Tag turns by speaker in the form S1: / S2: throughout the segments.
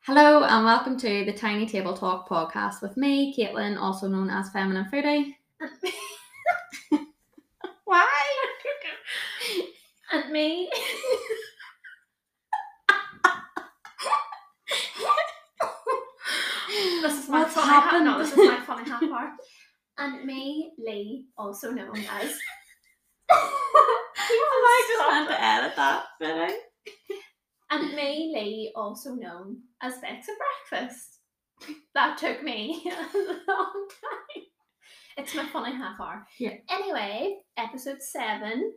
S1: Hello and welcome to the Tiny Table Talk podcast with me, Caitlin, also known as Feminine Foodie.
S2: Why? and me. This is my
S1: What's
S2: funny
S1: happened?
S2: half. No, this is my funny half hour. And me, Lee, also known as.
S1: Oh
S2: Oh
S1: I just had to edit that fitting.
S2: and me, Lee, also known as Bex at Breakfast. That took me a long time. It's my funny half hour.
S1: Yeah.
S2: Anyway, episode seven.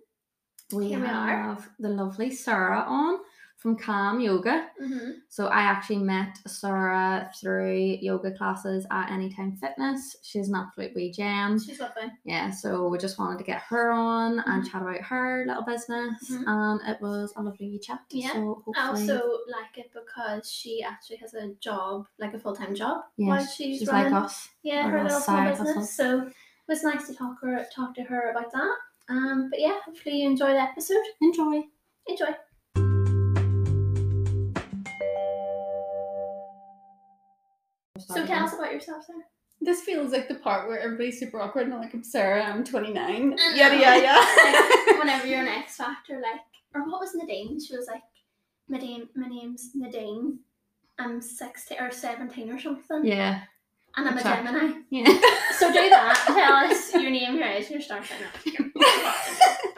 S1: We
S2: Here we are.
S1: have the lovely Sarah on from Calm Yoga.
S2: Mm-hmm.
S1: So I actually met Sarah through yoga classes at Anytime Fitness. She's an absolute wee gem.
S2: She's lovely.
S1: Yeah, so we just wanted to get her on
S2: Mm-hmm.
S1: and chat about her little business,
S2: Mhm.
S1: and it was a lovely wee chat.
S2: Yeah.
S1: So hopefully,
S2: I also like it because she actually has a job, like a full time job.
S1: yeah,
S2: while
S1: sh-
S2: she's,
S1: she's
S2: running,
S1: like us.
S2: yeah,
S1: or
S2: her
S1: a
S2: little small
S1: side
S2: business.
S1: hustle.
S2: So it was nice to talk her talk to her about that. Um, but yeah, hopefully you enjoy the episode.
S1: Enjoy.
S2: Enjoy. So tell us about yourself, Sarah.
S3: This feels like the part where everybody's super awkward and I'm like, I'm Sarah, I'm 29.
S2: I
S3: Yada,
S2: know.
S3: yada, yada.
S2: Like, um, whenever you're an X Factor, like, or what was Nadine? She was like, my name, my name's Nadine. I'm sixteen or seventeen or something,
S1: Yeah.
S2: and I'm a
S1: exactly.
S2: Gemini.
S1: Yeah.
S2: So do that. Tell us your name, your age, and your star sign.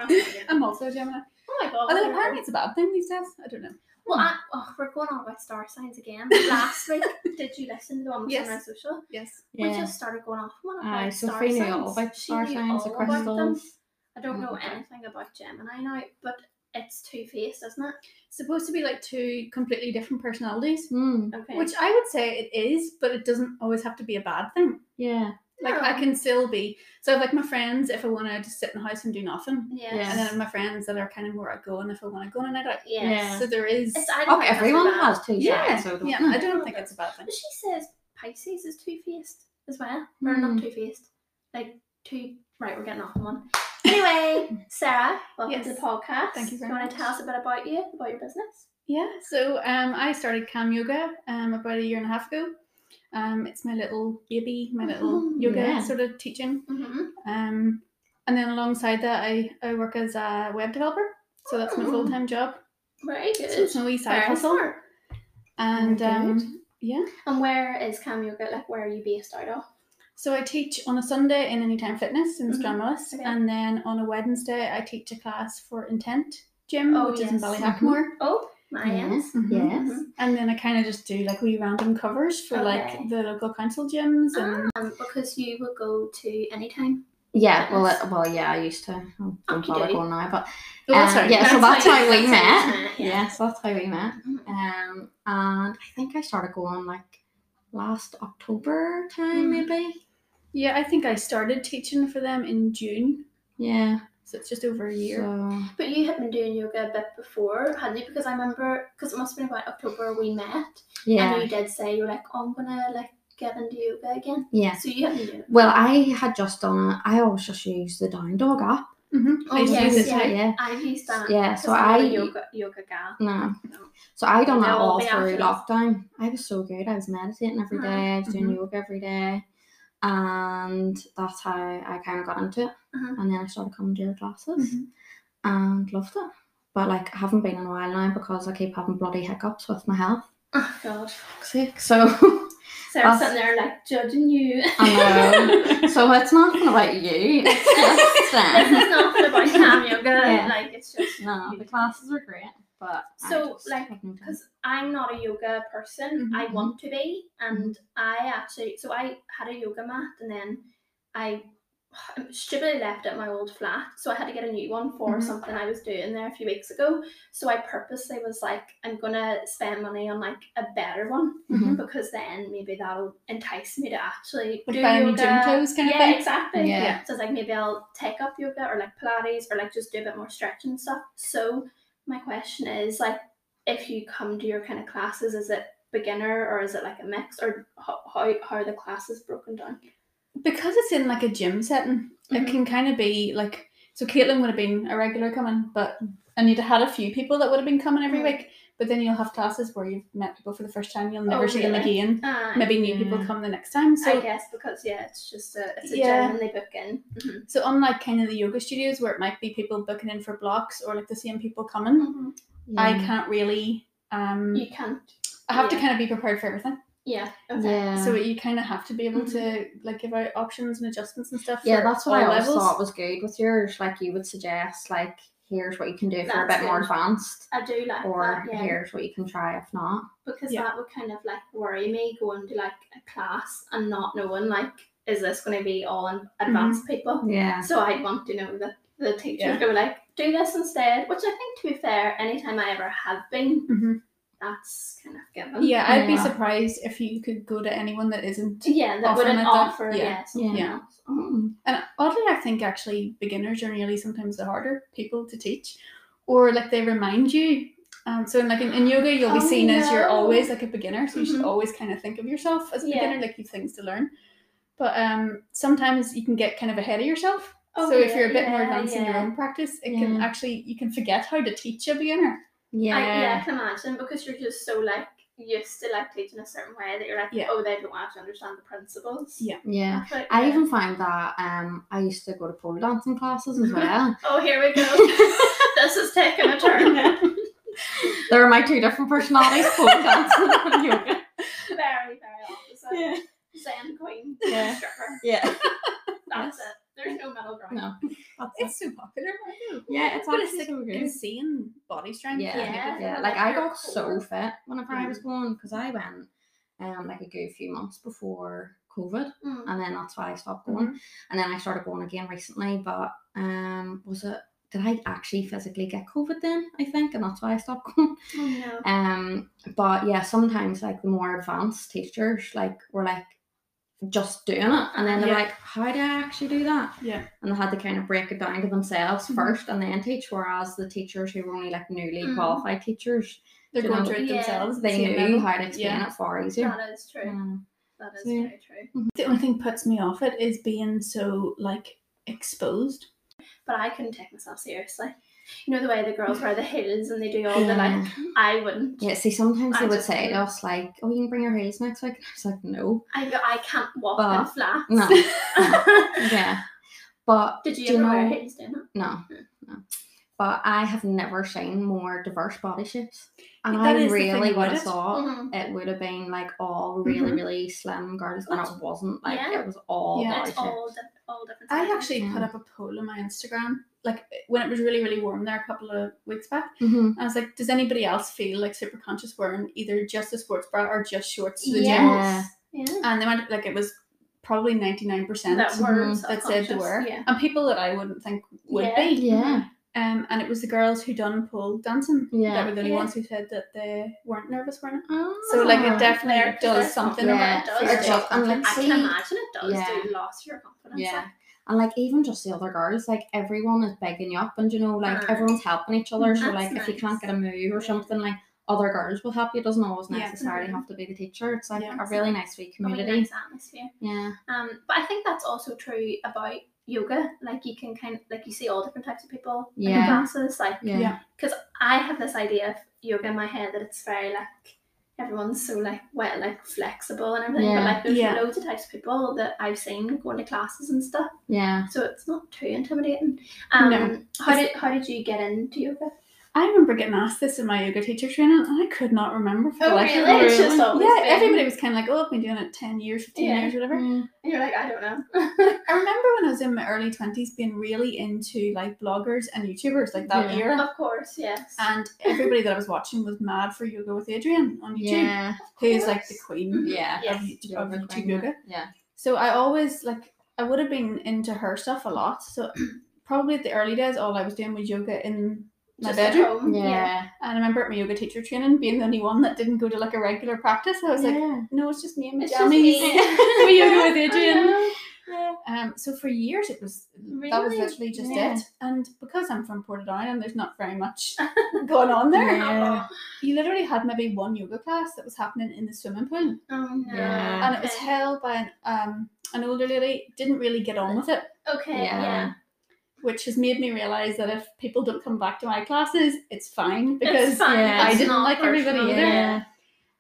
S3: I'm also a Gemini.
S2: Oh my god.
S3: Although apparently it's a bad thing these days. I don't know. Hmm.
S2: Well, I, oh, we're going on about star signs again. But last week, did you listen to the one with
S3: Yes.
S2: Sunrise Social?
S3: Yes.
S2: We
S1: yeah.
S2: just started going off on about
S1: Aye,
S2: star
S1: Sophie
S2: signs.
S1: knew all about
S2: She
S1: star
S2: knew
S1: signs, the
S2: all about them.
S1: crystals.
S2: I don't know
S1: Okay.
S2: anything about Gemini now, but it's two faced, isn't it?
S3: Supposed to be like two completely different personalities,
S1: Mm,
S2: Okay.
S3: which I would say it is, but it doesn't always have to be a bad thing.
S1: yeah.
S3: Like I
S2: No.
S3: can still be. So like my friends, if I want to just sit in the house and do nothing,
S2: Yes.
S1: Yeah.
S3: and then my friends that are kind of more outgoing, if I want to go on a night out.
S2: Yes.
S3: So there is.
S2: It's, I don't
S1: Oh,
S2: think that's
S1: everyone
S2: a bad-
S1: has two
S3: Yeah,
S1: sides, so don't
S3: yeah.
S1: know.
S3: I don't think it's a bad thing.
S2: But she says Pisces is two faced as well. Or not
S1: Hmm.
S2: two faced. Like two right, we're getting off on one. Anyway, Sarah, welcome to the
S3: Yes.
S2: podcast.
S3: Thank you very
S2: wanna
S3: much.
S2: tell us a bit about you, about your business?
S3: Yeah, so um, I started Cam Yoga um, about a year and a half ago. Um, it's my little baby, my little
S2: Mhm,
S3: yoga
S1: yeah.
S3: sort of teaching.
S2: Mm-hmm.
S3: Um, and then alongside that, I, I work as a web developer. So that's my
S2: Oh.
S3: full time job.
S2: Very good.
S3: So it's my wee side
S2: Very
S3: hustle.
S2: smart.
S3: And
S1: Very good.
S3: um, yeah,
S2: And where is Cam Yoga? Like, where are you based out of?
S3: so I teach on a Sunday in Anytime Fitness in
S2: Mhm,
S3: Stranraer,
S2: okay.
S3: and then on a Wednesday I teach a class for Intent Gym,
S2: Oh,
S3: which is in
S2: yes.
S3: Ballyhackmore.
S2: Oh, my
S1: Yes.
S3: Mhm.
S1: Yes.
S2: Mhm.
S3: And then I kind of just do like wee random covers for
S2: Okay.
S3: like the local council gyms and
S2: Um, because you would go to any time.
S1: Yeah. Well,
S2: Yes.
S1: it, well, yeah. I used to.
S2: Oh,
S1: I don't bother
S2: Okey-doke.
S1: going now, but
S3: Oh,
S1: um,
S3: sorry.
S1: yeah. So
S2: Uh,
S1: that's
S2: That's how
S1: how
S2: you-
S1: we
S2: that's how you
S1: met.
S2: met, yeah.
S1: Yeah. So that's how we met.
S2: Mhm.
S1: Um, and I think I started going like last October time,
S2: Mhm.
S1: maybe.
S3: Yeah, I think I started teaching for them in June,
S1: Yeah.
S3: so it's just over a year.
S1: So
S2: But you had been doing yoga a bit before, hadn't you? Because I remember, because it must have been about October we met, and
S1: yeah.
S2: you did say you were like, oh, I'm gonna like get into yoga again.
S1: Yeah.
S2: So you haven't done.
S1: Well, I had just done. it. I always just use the Down Dog app.
S3: Mhm.
S2: Oh,
S3: I used to
S2: yes,
S3: use it
S1: yeah.
S2: yeah.
S3: too.
S1: yeah.
S2: I've used that.
S1: Yeah,
S2: 'cause
S1: so
S2: I'm not a
S1: I-
S2: yoga yoga gal.
S1: No.
S2: No.
S1: So I done that
S2: They'll all
S1: all
S2: be after
S1: through
S2: this.
S1: lockdown. I was so good. I was meditating every
S2: Mhm.
S1: day. I was doing yoga every day, and that's how I kind of got into it.
S2: Mhm.
S1: And then I started coming to your
S2: Mm-hmm.
S1: classes
S3: Mhm.
S1: and loved it. But like, I haven't been in a while now because I keep having bloody hiccups with my health.
S2: Oh God,
S1: Sick. So. Us.
S2: Sarah's sitting there like judging you.
S1: I know. so it's nothing about you. It's just
S2: this
S1: them.
S2: is not about Cam yoga.
S1: Yeah.
S2: Like it's just
S1: No, the classes are great, but I
S2: So,
S1: just
S2: like,
S1: haven't
S3: Mm-hmm.
S1: done it.
S2: because I'm not a yoga person. I
S3: Mhm.
S2: want to be, and I
S3: Mm-hmm.
S2: actually so I had a yoga mat, and then I stupidly left at my old flat, so I had to get a new one for
S3: Mhm.
S2: something I was doing there a few weeks ago. So I purposely was like, I'm gonna spend money on like a better one
S3: Mm-hmm.
S1: Mhm.
S2: because then maybe that'll entice me to actually
S3: Like
S2: do
S3: buy me
S2: yoga.
S3: gym clothes kind of
S2: yeah,
S3: thing?
S2: exactly.
S1: Yeah.
S2: So it's like maybe I'll take up yoga or like Pilates or like just do a bit more stretching and stuff. So my question is like, if you come to your kind of classes, is it beginner or is it like a mix or how how, how are the classes broken down?
S3: Because it's in like a gym setting,
S1: Mm-hmm.
S3: it
S2: Mhm.
S3: can kind of be
S1: Mm.
S3: like. So Caitlin would have been a regular coming, but Anita had a few people that would have been coming every
S2: Mhm.
S3: week. But then you'll have classes where you've met people for the first time, you'll never
S2: Oh,
S3: see them
S2: really?
S3: again.
S2: Uh,
S3: Maybe new people
S1: Yeah.
S3: come the next time. So
S2: I guess because yeah, it's just a it's a
S3: Yeah.
S2: gym and they book in. Mhm.
S3: So unlike kind of the yoga studios where it might be people booking in for blocks or like the same people coming, I
S1: Yeah.
S3: can't really um
S2: You can't.
S3: I have to
S2: yeah.
S3: kind of be prepared for everything.
S2: Yeah. Okay.
S1: Yeah. Mm-hmm.
S3: So you kind of have to be able to like give out options and adjustments and stuff.
S1: yeah,
S3: for
S1: that's what I
S3: all
S1: always thought was good with yours. Like you would suggest, like here's what you can do for a
S2: That's
S1: bit more
S2: good.
S1: advanced,
S2: I do like
S1: or
S2: that. Yeah.
S1: here's what you can try if not.
S2: because
S3: Yeah.
S2: that would kind of like worry me going to like a class and not knowing like is this going to be all in advanced
S3: Mm-hmm.
S2: people
S1: Yeah.
S2: so i'd want to know that the teacher
S3: Yeah.
S2: would go like do this instead which i think to be fair anytime i ever have been
S3: Mhm.
S2: that's kind of given
S3: Yeah, I'd be
S1: Yeah.
S3: surprised if you could go to anyone that isn't.
S2: yeah that
S3: Offer
S2: wouldn't
S3: like that,
S2: offer
S3: yeah.
S2: yeah something
S1: Yeah.
S2: else. Mhm.
S3: And oddly, I think actually beginners are nearly sometimes the harder people to teach, or like they remind you. Um, so in like in, in yoga, you'll be
S2: Oh,
S3: seen as you're
S2: no.
S3: always like a beginner, so you should
S1: Mm-hmm.
S2: Mhm.
S3: always kind of think of yourself as a
S2: Yeah.
S3: beginner, like you've things to learn. But um, sometimes you can get kind of ahead of yourself.
S2: Oh,
S3: so if you're a bit more
S2: yeah,
S3: advanced in your
S2: yeah.
S3: own practice, it can
S1: Yeah.
S3: actually you can forget how to teach a beginner.
S1: Yeah.
S2: I, yeah, I can imagine because you're just so like used to like teaching a certain way that you're like,
S3: Yeah.
S2: oh, they don't actually understand the principles.
S3: Yeah.
S1: Yeah.
S2: But,
S1: I
S2: yeah.
S1: even found that um I used to go to pole dancing classes as well.
S2: Oh, here we go. this is taking a turn now.
S1: there are my two different personalities, pole dancing and yoga.
S2: Very, very opposite. Zen queen.
S1: Yeah.
S2: Stripper.
S1: Yeah. Yes.
S2: That's it. There's no middle ground.
S1: No. That's it.
S3: It's so popular. I know.
S1: Yeah, it's
S3: but
S1: actually
S3: it's like
S1: so good.
S3: insane body strength.
S1: Yeah.
S3: that people
S2: Yeah.
S1: Yeah,
S2: Yeah,
S1: like
S2: like
S1: I
S2: your
S1: got so
S2: core.
S1: fit whenever I was going because I went um like a good few months before COVID,
S2: Mm.
S1: and then that's why I stopped going.
S3: Mm-hmm.
S1: And then I started going again recently, but um, was it? Did I actually physically get COVID then? I think, and that's why I stopped going.
S2: Oh, no.
S1: Um, but yeah, sometimes like the more advanced teachers, like were like just doing it, and then they're
S3: Yeah.
S1: like, "How did I actually do that?"
S3: Yeah.
S1: and they had to kind of break it down to themselves
S2: Mm-hmm.
S3: Mhm.
S1: first, and then teach. Whereas the teachers who were only like newly
S2: Mm.
S1: qualified teachers,
S3: They're
S1: You
S3: going
S1: know,
S3: through it
S2: yeah,
S3: themselves.
S1: they
S3: same
S1: knew
S3: level.
S1: how to explain it far easier. Um,
S2: That is true.
S1: Yeah.
S2: That is
S1: So, yeah.
S2: very true.
S3: The only thing puts me off it is being so like exposed.
S2: But I couldn't take myself seriously. You know the way the girls wear the heels and they do all the
S1: Yeah.
S2: like. I wouldn't.
S1: Yeah, see, sometimes
S2: I
S1: they would
S2: just
S1: say to
S2: couldn't.
S1: us, like, oh, you can bring your heels next week. And I was like, no.
S2: I go. I can't walk in
S1: But-
S2: flats.
S1: No. yeah. But
S2: Did you
S1: do you
S2: ever wear
S1: know?
S2: heels? Dana?
S1: No. No. But I have never seen more diverse body shapes. And
S3: That
S1: I
S3: is Mm-hmm. the thing
S1: really
S3: about
S1: would have
S3: it.
S1: thought
S2: Mhm.
S1: it would have been like all really,
S3: Mhm.
S1: really slim girls. And it wasn't like
S2: Yeah.
S1: it was all
S3: Yeah.
S1: body
S2: It's all
S1: shapes.
S2: di- all different.
S3: I
S2: sizes.
S3: actually put up a poll on my Instagram, like when it was really, really warm there a couple of weeks back.
S1: Mhm.
S3: I was like, does anybody else feel like super conscious wearing either just a sports bra or just shorts to the gym?
S2: Yes. Yeah.
S3: And they went like it was probably ninety nine percent
S2: That word
S3: Mm-hmm. that said they were.
S2: Yeah.
S3: And people that I wouldn't think would
S2: Yeah.
S3: be.
S1: Yeah.
S3: Um, and it was the girls who done pole dancing
S1: Yeah.
S3: that were the only
S2: Yeah.
S3: ones who said that they weren't nervous wearing it. So like
S2: Mm-hmm.
S1: Ah.
S3: it definitely
S2: There,
S3: does
S2: there's
S3: something
S2: something
S1: Yeah,
S3: about
S2: that it
S3: for
S2: does.
S3: your
S1: It's just- and, like,
S2: I
S1: see-
S2: can imagine it does.
S1: Yeah.
S2: Do you lost your confidence?
S1: Yeah.
S2: like,
S1: And like even just the other girls, like everyone is bigging you up, and you know, like
S2: Mm.
S1: everyone's helping each other. So
S2: That's
S1: like if you can't
S2: nice.
S1: get a move or something, like other girls will help you. It doesn't always
S3: Yeah.
S1: necessarily
S2: Mhm.
S1: have to be the teacher. It's like
S3: Yeah.
S1: a really nice wee
S2: really
S1: community.
S2: nice atmosphere.
S1: Yeah.
S2: Um, but I think that's also true about yoga. Like you can kind of like you see all different types of people in the
S1: Yeah.
S2: classes. Like
S1: Yeah.
S3: Yeah.
S2: I have this idea of yoga in my head that it's very like everyone's so like well like flexible and everything.
S1: Yeah.
S2: But like there's
S3: Yeah.
S2: loads of types of people that I've seen going to classes and stuff.
S1: Yeah.
S2: So it's not too intimidating. Um
S3: No.
S2: how did how did you get into yoga?
S3: I remember getting asked this in my yoga teacher training, and I could not remember. For the
S2: Oh,
S3: life of me.
S2: really? It's just always
S3: yeah,
S2: been-
S3: everybody was kind of like, "Oh, I've been doing it ten years, fifteen
S2: Yeah. Mm.
S3: years, whatever."
S1: Mm,
S2: And you're like, I don't know.
S3: I remember when I was in my early twenties, being really into like bloggers and YouTubers, like that
S1: Yeah.
S3: era,
S2: of course, yes.
S3: and everybody that I was watching was mad for yoga with Adrian on YouTube,
S1: Yeah.
S3: who's like the queen
S1: Yeah.
S2: Yes.
S3: of, YouTube, of YouTube yoga.
S1: Yeah.
S3: So I always like I would have been into her stuff a lot. So probably at the early days, all I was doing was yoga in my
S2: Just at
S3: bedroom.
S2: home,
S1: Yeah.
S3: And I remember at my yoga teacher training being the only one that didn't go to like a regular practice. I was like,
S1: Yeah.
S3: no, it's just me and my
S2: It's just me.
S3: jammies. We yoga with
S2: I
S3: Adrian.
S2: know.
S3: Um, so for years it was that was
S2: Really?
S3: literally just
S1: Yeah.
S3: it. And because I'm from Portadown and there's not very much going on there,
S1: Yeah.
S3: you literally had maybe one yoga class that was happening in the swimming pool,
S2: Oh no.
S1: Yeah.
S3: and it was held by an um an older lady. Didn't really get on with it.
S2: Okay,
S1: Yeah.
S2: yeah.
S3: which has made me realize that if people don't come back to my classes, it's fine because
S2: it's fine.
S1: yeah,
S3: I
S2: it's
S3: didn't
S2: not
S3: like everybody
S2: personal.
S3: either.
S1: Yeah.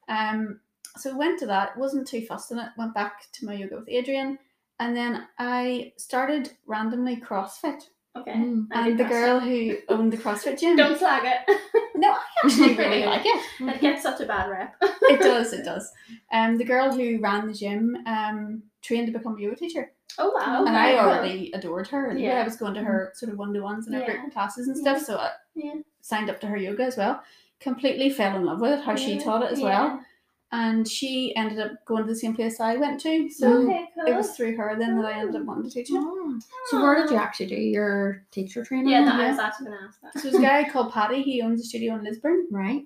S3: Um, so went to that, wasn't too fussed in it, went back to my yoga with Adrian, and then I started randomly CrossFit.
S2: Okay.
S1: Mm.
S2: I
S3: And
S2: do
S3: the girl who owned the CrossFit gym,
S2: Don't flag it.
S3: no, I actually really like it.
S2: It gets such a bad rep.
S3: It does, it does. Um, the girl who ran the gym um trained to become a yoga teacher,
S2: Oh wow.
S3: and I
S2: okay, cool.
S3: already adored her. And
S2: Yeah. Mm-hmm.
S3: I was going to her sort of one to ones and her
S2: Yeah.
S3: group classes and
S2: Yeah.
S3: stuff, so I
S2: Yeah.
S3: signed up to her yoga as well. Completely fell in love with it, how she
S2: Yeah,
S3: taught it as well.
S2: yeah.
S3: and she ended up going to the same place I went to. So
S1: Mm.
S2: Okay, cool.
S3: it was through her then that I ended up wanting to teach it.
S1: Mm. So where did you actually do your teacher training?
S2: Yeah, no, I was actually gonna ask that.
S3: So there's a guy called Paddy. He owns a studio in Lisburn
S1: Right.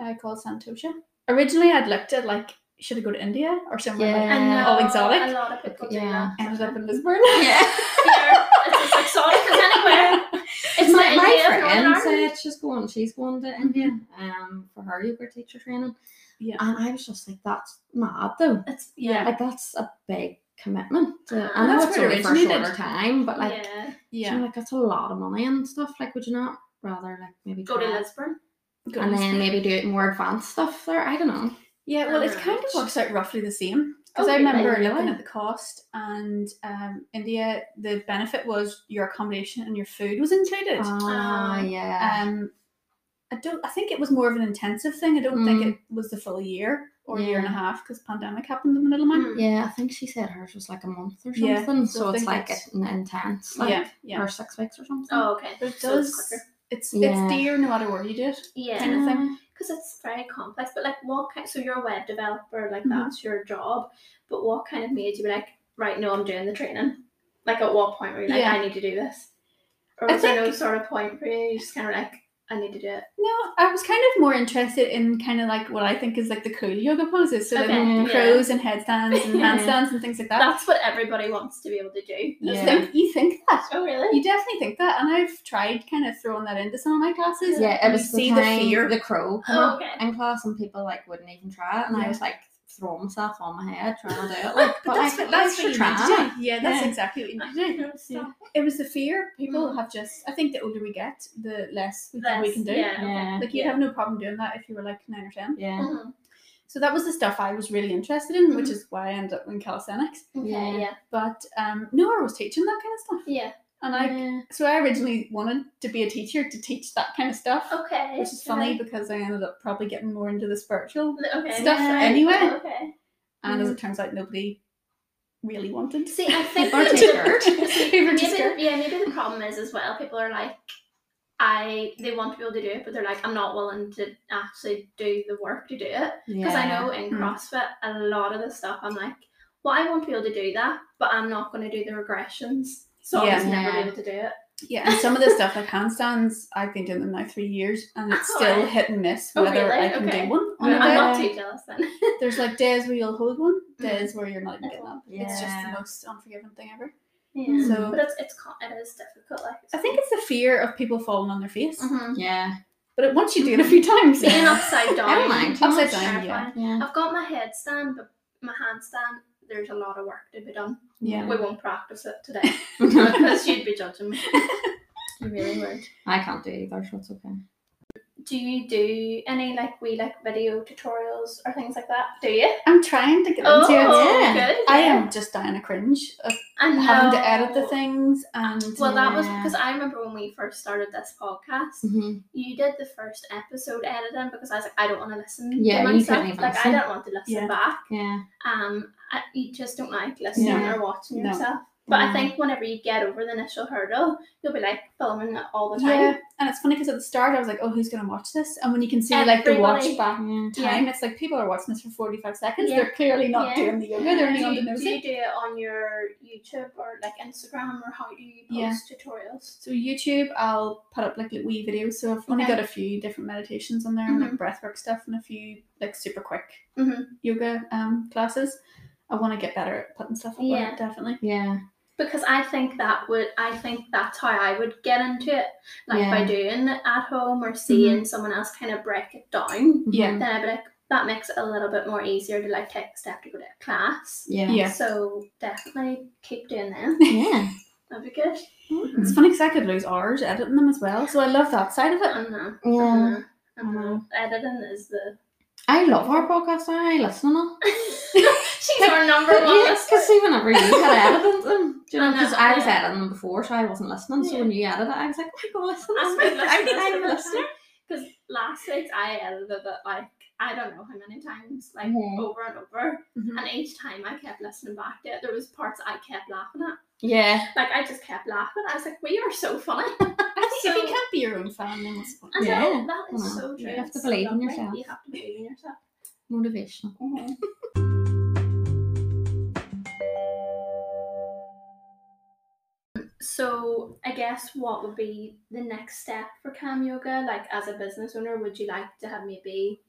S3: uh, called Santosha. Originally, I'd looked at like should I go to India or somewhere
S1: Yeah.
S3: like
S2: I know
S3: all Oh, exotic.
S2: uh, A lot of people do
S1: Yeah.
S2: that.
S3: ended up in Lisburn.
S1: Yeah.
S2: Here, it's as exotic as anywhere. It's
S1: my,
S2: like
S1: my
S2: India,
S1: friend
S2: Northern Ireland.
S1: said she's going she's going to India um for her yoga teacher training.
S3: Yeah.
S1: And I was just like, that's mad though.
S2: It's yeah.
S1: Like that's a big commitment. To,
S2: Uh-huh.
S1: I know
S3: That's
S1: it's
S3: where it
S1: only for a
S3: originated.
S1: shorter time, but like
S2: yeah.
S1: yeah. like that's a lot of money and stuff. Like would you not rather like maybe
S2: Go to
S1: try
S2: Lisbon.
S3: Goodness.
S1: and then maybe do more advanced stuff there? I don't know.
S3: yeah, well, it kind of
S2: Alright.
S3: works out roughly the same. Because
S2: Oh,
S3: I remember
S1: really?
S3: looking at the cost, and um, India, the benefit was your accommodation and your food was included.
S1: Ah
S2: Um,
S1: yeah.
S3: um i don't i think it was more of an intensive thing i don't think
S1: Mm.
S3: it was the full year or year and a
S1: Yeah.
S3: half because pandemic happened in the middle of mine
S2: Mm.
S1: yeah, I think she said hers was like a month or something.
S3: Yeah, so
S1: um, so
S3: I
S1: it's
S3: think
S1: like
S3: it's-
S1: an intense, like,
S3: yeah yeah
S1: or six weeks or something.
S2: Oh, okay.
S3: but it
S2: So it's
S3: does
S2: quicker.
S3: it's
S1: Yeah.
S3: it's dear no matter where you do it
S2: Yeah.
S3: kind of thing.
S1: Yeah.
S2: because it's very complex. But like, what kind? So you're a web developer, like
S3: Mhm.
S2: that's your job. But what kind of made you be like, right? No, I'm doing the training. Like, at what point were you like,
S3: Yeah.
S2: I need to do this? Or
S3: I
S2: was there no
S3: think-
S2: sort of point where you just kind of like, I need to do it?
S3: no i was kind of more interested in kind of like what i think is like the cool yoga poses so
S2: Okay,
S3: like
S1: yeah.
S3: crows and headstands and
S1: Yeah.
S3: handstands and things like that
S2: That's what everybody wants to be able to do.
S3: you
S1: Yeah.
S3: think you think that
S2: Oh really?
S3: you definitely think that and i've tried kind of throwing that into some of my classes
S1: Yeah, it
S3: and
S1: was
S3: you see
S1: the, time
S3: the fear
S1: the crow come
S2: Oh,
S3: Uh-huh.
S1: up
S2: okay.
S1: in class, and people like wouldn't even try it, and
S3: Yeah.
S1: I was like throwing myself on my head trying to do it. Like, but,
S3: that's
S1: like,
S3: what,
S1: at
S3: that's what you
S1: least
S3: need
S1: you're
S3: to do. Yeah, that's
S1: Yeah. Mm.
S3: exactly what you need to do.
S2: Stop.
S3: It was the fear. People
S2: Mhm.
S3: have just. I think the older we get, the less we think
S2: Less,
S3: we can do.
S2: Yeah.
S1: Yeah,
S3: Like you
S2: Yeah.
S3: would have no problem doing that if you were like nine or ten.
S1: yeah,
S2: Mhm.
S3: So that was the stuff I was really interested in,
S2: Mm-hmm.
S3: which is why I ended up in calisthenics.
S2: Okay,
S1: Yeah.
S2: yeah.
S3: But um, Nora was teaching that kind of stuff,
S2: Yeah.
S3: and I
S2: Mm-hmm.
S3: so I originally wanted to be a teacher to teach that kind of stuff,
S2: Okay.
S3: which is funny
S2: okay.
S3: because I ended up probably getting more into the spiritual.
S2: Okay.
S3: stuff
S2: yeah.
S3: anyway.
S2: Okay.
S3: And as it turns out, nobody really wanted.
S2: See, I think
S1: People are too scared.
S3: People are too
S2: maybe the,
S3: scared.
S2: yeah, maybe the problem is as well. People are like, I they want to be able to do it, but they're like, I'm not willing to actually do the work to do it. Because I know in
S3: Mm.
S2: CrossFit, a lot of the stuff, I'm like, well, I want to be able to do that, but I'm not going to do the regressions, so I'll
S3: Yeah.
S2: just never be
S1: Yeah.
S2: able to do it.
S3: Yeah, and some of the stuff like handstands, I've been doing them now three years, and it's still
S2: Alright.
S3: hit and miss
S2: Oh,
S3: whether
S2: really?
S3: I can
S2: Okay.
S3: do one.
S1: Well,
S3: on a
S2: I'm
S3: day.
S2: not too jealous then.
S3: There's like days where you'll hold one,
S2: Mm-hmm.
S3: days where you're not even getting up. It's just the
S1: Yeah.
S3: most unforgiving thing ever.
S2: yeah.
S3: So-
S2: but it's it's co- it is difficult. Like
S3: I think it's the fear of people falling on their face,
S2: Mhm.
S1: yeah,
S3: but it, once you do it a few times,
S2: being upside down.
S1: I don't mind too
S3: Upside
S1: much.
S3: down,
S2: terrifying.
S3: yeah.
S1: yeah,
S2: I've got my headstand, but my handstand. There's a lot of work to be done.
S3: Yeah.
S2: We won't practice it today
S1: yeah.
S2: because you'd be judging me. You really would.
S1: I can't do either, so it's okay.
S2: Do you do any like we like video tutorials or things like that? Do you?
S3: I'm trying to get
S2: Oh,
S3: into it.
S1: yeah.
S2: good.
S3: I
S2: yeah.
S3: am just dying a cringe of
S2: I know.
S3: having to edit the things, and
S2: Well, that was
S1: Yeah.
S2: because I remember when we first started this podcast,
S3: Mm-hmm.
S1: Mhm.
S2: you did the first episode editing because I was like, I don't want to listen.
S1: Yeah,
S2: to
S1: you
S2: myself.
S1: couldn't even
S2: Like,
S1: listen.
S2: I don't want to listen
S3: Yeah.
S2: back.
S1: Yeah,
S2: Um, I, you just don't like listening
S1: No.
S2: or watching
S3: No.
S2: yourself. But I
S1: Yeah.
S2: think whenever you get over the initial hurdle, you'll be like filming it all the time.
S3: yeah. And it's funny because at the start I was like, "Oh, who's gonna watch this?" And when you can see like the
S2: Everybody.
S3: watch back
S1: yeah.
S3: time. It's like people are watching this for 45 seconds.
S2: Yeah.
S3: They're clearly not
S2: Yeah.
S3: doing the yoga. They're only
S2: do,
S3: on the
S2: you, do you
S3: nosy.
S2: do it on your YouTube or like Instagram or how do you post
S3: Yeah.
S2: tutorials?
S3: So YouTube, I'll put up like little wee videos. So I've only
S2: Okay. Mm-hmm.
S3: got a few different meditations on there and like breathwork stuff and a few like super quick
S2: Mhm.
S3: yoga um classes. I want to get better at putting stuff up on
S2: Yeah.
S3: it, definitely.
S1: Yeah,
S2: Because I think that would I think that's how I would get into it. Like by
S1: Yeah.
S2: doing it at home or seeing someone else kind of break it down.
S3: Yeah.
S1: Mhm.
S2: Then I'd be like, that makes it a little bit more easier to like take a step to go to class.
S1: yeah,
S3: Yeah.
S2: So definitely keep doing that.
S1: yeah.
S2: That'd be good. Mm-hmm.
S3: It's funny because I could lose hours editing them as well. So I love that side of it.
S2: I know. I
S1: Mm. Yeah.
S2: know. I know. Editing is the.
S1: I love our podcast. now, I listen to it.
S2: She's our number one.
S1: Yeah,
S2: listener.
S1: because see, whenever you had edited them, do you
S2: I
S1: know,
S2: know,
S1: because I was
S2: yeah.
S1: editing them before, so I wasn't listening. So
S2: Yeah.
S1: when you edited it, I was like, oh, I'm gonna listen.
S2: I'm
S1: This
S2: a
S1: week. I think I'm a listener.
S2: Because last week I edited it like I don't know how many times, like
S1: Mhm.
S2: over and over.
S3: Mhm.
S2: And each time I kept listening back to it, there was parts I kept laughing at.
S1: Yeah,
S2: Like I just kept laughing. I was like, "We are so funny."
S3: I think if
S2: So-
S3: you can't be your own fan, then what's the point?
S2: And
S1: Yeah.
S2: that- that is
S1: Mhm.
S2: so true.
S1: You have to
S2: It's
S1: believe in
S2: lovely.
S1: yourself.
S2: You have to believe in yourself.
S1: motivational.
S3: Mm-hmm.
S2: So I guess what would be the next step for Cam Yoga? Like as a business owner, would you like to have maybe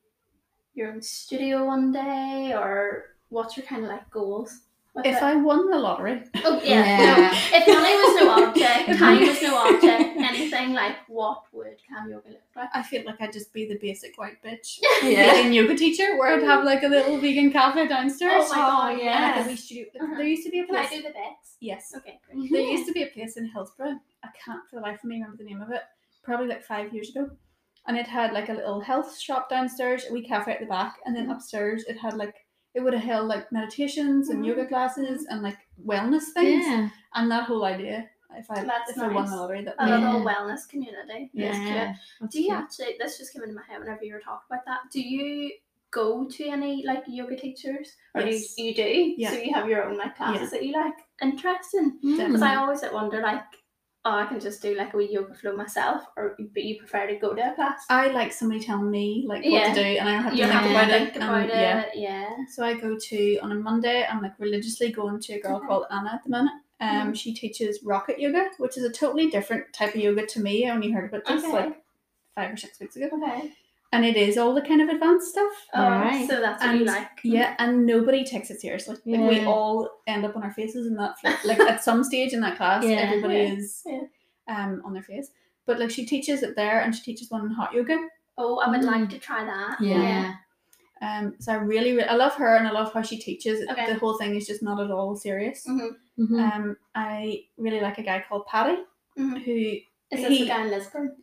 S2: your own studio one day, or what's your kind of like goals? with
S3: If
S2: it?
S3: I won the lottery,
S2: oh yeah, no.
S1: Yeah.
S2: If money was no object, time was no object, anything like what would Cam Yoga look like?
S3: I feel like I'd just be the basic white bitch
S1: Yeah.
S3: vegan yoga teacher, where I'd have like a little vegan cafe downstairs.
S2: Oh my god,
S1: yeah.
S2: yes.
S3: And like a wee studio.
S2: Uh-huh.
S3: There used to be a
S2: Can I do
S3: place.
S2: the bits?
S3: yes.
S2: Okay, great.
S3: There used to be a place in Hillsborough. I can't for the life of me remember the name of it. Probably like five years ago. And it had like a little health shop downstairs, a wee cafe at the back, and then
S2: Mhm.
S3: upstairs it had like it would have held like meditations and
S2: Mhm.
S3: yoga classes and like wellness things.
S1: Yeah,
S3: And that whole idea, if I
S2: That's
S3: if I won
S2: nice.
S3: the lottery, that
S2: A
S1: Yeah.
S2: little wellness community. That's cute.
S1: yeah.
S2: Do you actually? This just came into my head whenever you were talking about that. Do you go to any like yoga teachers? Or do
S3: Yes.
S2: you, you do?
S3: Yeah.
S2: So you have your own like classes
S3: Yeah. Hmm.
S2: that you like. Interesting.
S1: Mm.
S2: Because I always like, wonder like, oh, I can just do like a wee yoga flow myself, or but you prefer to go to a class.
S3: I like somebody telling me like
S2: Yeah.
S3: what to do, and I don't have to
S2: you
S3: think
S2: have
S1: Yeah.
S3: about
S2: to think
S3: it.
S2: about it.
S3: and, Yeah.
S2: Yeah.
S3: So I go to on a Monday. I'm like religiously going to a girl
S2: Okay. Mm-hmm.
S3: called Anna at the minute. Um, she teaches rocket yoga, which is a totally different type of yoga to me. I only heard about this
S2: Okay.
S3: like five or six weeks ago,
S2: Okay.
S3: and it is all the kind of advanced stuff.
S2: Oh,
S1: Alright.
S2: So that's what you
S3: And-
S2: like.
S3: Yeah, and nobody takes it seriously. Like we
S1: Yeah.
S3: all end up on our faces in that, fl- like at some stage in that class,
S1: Yeah.
S3: everybody
S2: Yeah.
S3: is
S2: Yeah.
S3: um on their face. But like she teaches it there, and she teaches one in hot yoga.
S2: Oh, I would like
S3: Hmm.
S1: Mm.
S2: to try that.
S1: Yeah.
S3: Um, so I really, really, I love her and I love how she teaches. It-
S2: Okay.
S3: The whole thing is just not at all serious.
S2: Mhm.
S1: Mhm.
S3: Um, I really like a guy called Paddy,
S2: Mhm.
S3: who
S2: Is this
S3: He-
S2: the guy in Lisbon?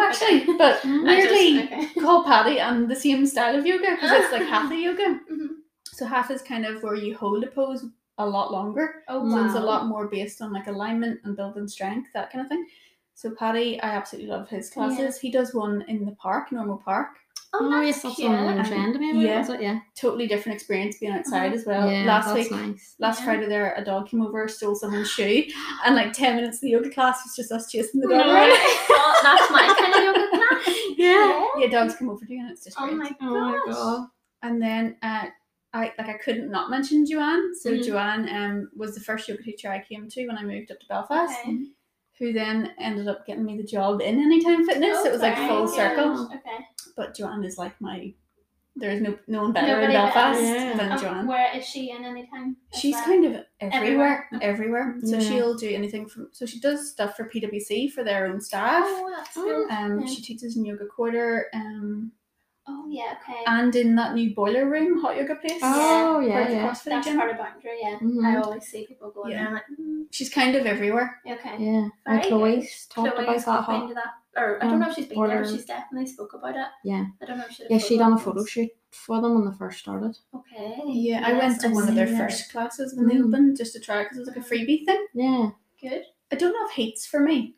S3: actually, but
S1: Mm.
S2: I just-
S3: weirdly
S2: okay.
S3: called Paddy and the same style of yoga because it's like hatha yoga.
S2: Mhm.
S3: So hatha is kind of where you hold a pose a lot longer.
S2: Oh
S1: Mm.
S3: So
S2: wow.
S3: it's a lot more based on like alignment and building strength, that kind of thing. So Paddy, I absolutely love his classes. He does one in the park, normal park.
S2: Oh,
S1: Oh, yes,
S2: that's
S1: that's
S2: cute.
S1: on the trend. Maybe
S3: yeah.
S1: was it? Yeah.
S3: Totally different experience being outside as well.
S1: yeah.
S3: Last
S1: that's
S3: week,
S1: nice.
S3: Last
S2: Uh-huh. Yeah.
S3: Friday, there a dog came over, stole someone's shoe, and like ten minutes of the yoga class was just us chasing the dog
S1: No.
S3: around.
S2: Oh, that's my kind of yoga class.
S1: Yeah.
S3: Yeah, dogs come over to you, and it's just
S2: Oh
S3: great.
S2: my gosh.
S1: Oh my god.
S3: And then uh, I like I couldn't not mention Joanne. So
S2: Mm-hmm.
S1: Mhm.
S3: Joanne um was the first yoga teacher I came to when I moved up to Belfast,
S2: Okay.
S3: who then ended up getting me the job in Anytime Fitness. so it was like
S2: Okay.
S3: full
S2: Yeah.
S3: circle.
S2: Okay.
S3: But Joanne is like my there is no no one better
S2: Nobody
S3: in
S2: better.
S3: Belfast
S1: Yeah.
S3: than
S2: Um,
S3: Joanne.
S2: where is she in any time? as
S3: She's
S2: well?
S3: kind of
S2: Everywhere.
S3: everywhere, everywhere. So
S1: Yeah.
S3: she'll do anything from. So she does stuff for PwC for their own staff.
S2: Oh, that's
S1: Oh.
S2: good.
S3: Um,
S2: yeah.
S3: she teaches in yoga quarter. Um,
S2: Oh yeah. Okay.
S3: and in that new boiler room hot yoga place.
S1: Oh
S3: part of
S1: yeah.
S3: the
S1: Yeah.
S3: CrossFit
S2: that's
S3: gym.
S2: part of boundary. Yeah. I
S1: Mhm.
S2: always see people going
S3: Mm-hmm. Yeah.
S2: there. I'm like, mm,
S3: She's kind of everywhere.
S2: okay.
S1: Yeah.
S2: Very
S1: And
S2: good.
S1: Chloe's talked
S2: Chloe's
S1: about that.
S2: been
S1: hot-
S2: to that, or I don't
S1: um,
S2: know if she's been there.
S1: order.
S2: She's definitely spoke about it.
S1: Yeah.
S2: I don't know if she. did
S1: Yeah, she done a photo
S2: photos.
S1: shoot for them when they first started.
S2: Okay.
S3: Yeah, I went
S2: yes,
S3: to
S2: I've
S3: one of their
S2: seen that.
S3: first classes when they
S1: Mm.
S3: opened just to try because it was like a freebie thing.
S1: Yeah.
S2: Good.
S3: I don't know if hates for me.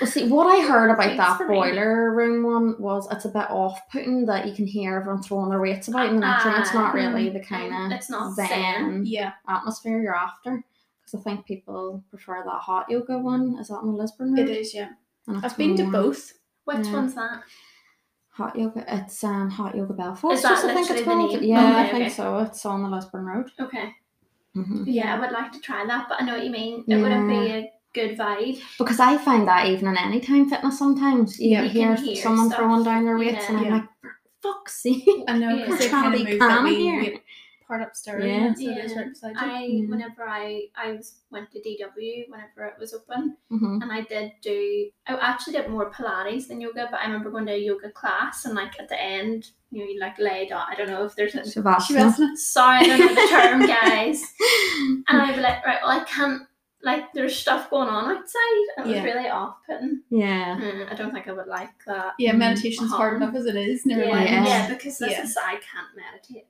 S1: Well, see, what I heard about
S2: Thanks
S1: that
S2: for me.
S1: boiler room one was it's a bit off-putting that you can hear everyone throwing their weights about, and actually, it's not really the kind of
S2: Ah, Um, It's not
S1: zen
S3: Yeah,
S1: atmosphere you're after. Because I think people prefer that hot yoga one. Is that in Lisbon?
S3: it
S1: Road?
S3: is. Yeah,
S1: And it's
S3: I've been to
S1: more
S3: both.
S2: Which
S1: Yeah.
S2: one's that?
S1: Hot yoga. It's um hot yoga Belfast.
S2: Is that
S1: just, I think it's
S2: literally the
S1: called.
S2: name?
S1: Yeah, I
S2: Okay,
S1: think
S2: okay.
S1: so. It's on the Lisbon Road.
S2: Okay.
S1: hmm
S2: Yeah, I would like to try that, but I know what you mean. It wouldn't be a good vibe.
S1: Because I find that even in any time fitness, sometimes you,
S3: Yeah.
S1: you
S2: You can
S1: hear,
S2: hear
S1: someone
S2: stuff.
S1: throwing down their weights, and I'm
S3: Yeah.
S1: like, for fuck's sake.
S3: I know
S2: Yeah.
S3: because they
S1: Trying to
S3: kind of
S1: be
S3: moved that
S1: calm in
S3: wee
S1: here.
S3: wee part upstairs.
S1: Yeah.
S3: Yeah, so it is
S2: Yeah.
S3: right beside you.
S2: I
S1: Yeah.
S2: whenever I I was, went to DW whenever it was open,
S1: hmm
S2: and I did do I actually did more Pilates than yoga, but I remember going to a yoga class and like at the end you know you like lay down. I don't know if there's a
S1: Shavasana.
S3: Shavasana.
S2: sorry I don't know the term guys, and I'd be like right well I can't like there's stuff going on outside. It was
S3: Yeah.
S2: really off putting.
S1: Yeah.
S2: I don't think I would like that.
S3: Yeah,
S1: Mhm.
S3: meditation's hard
S2: Uh-huh.
S3: enough as it is. Never
S2: yeah,
S3: mind.
S2: yeah, because this
S3: Yeah.
S2: is I can't meditate.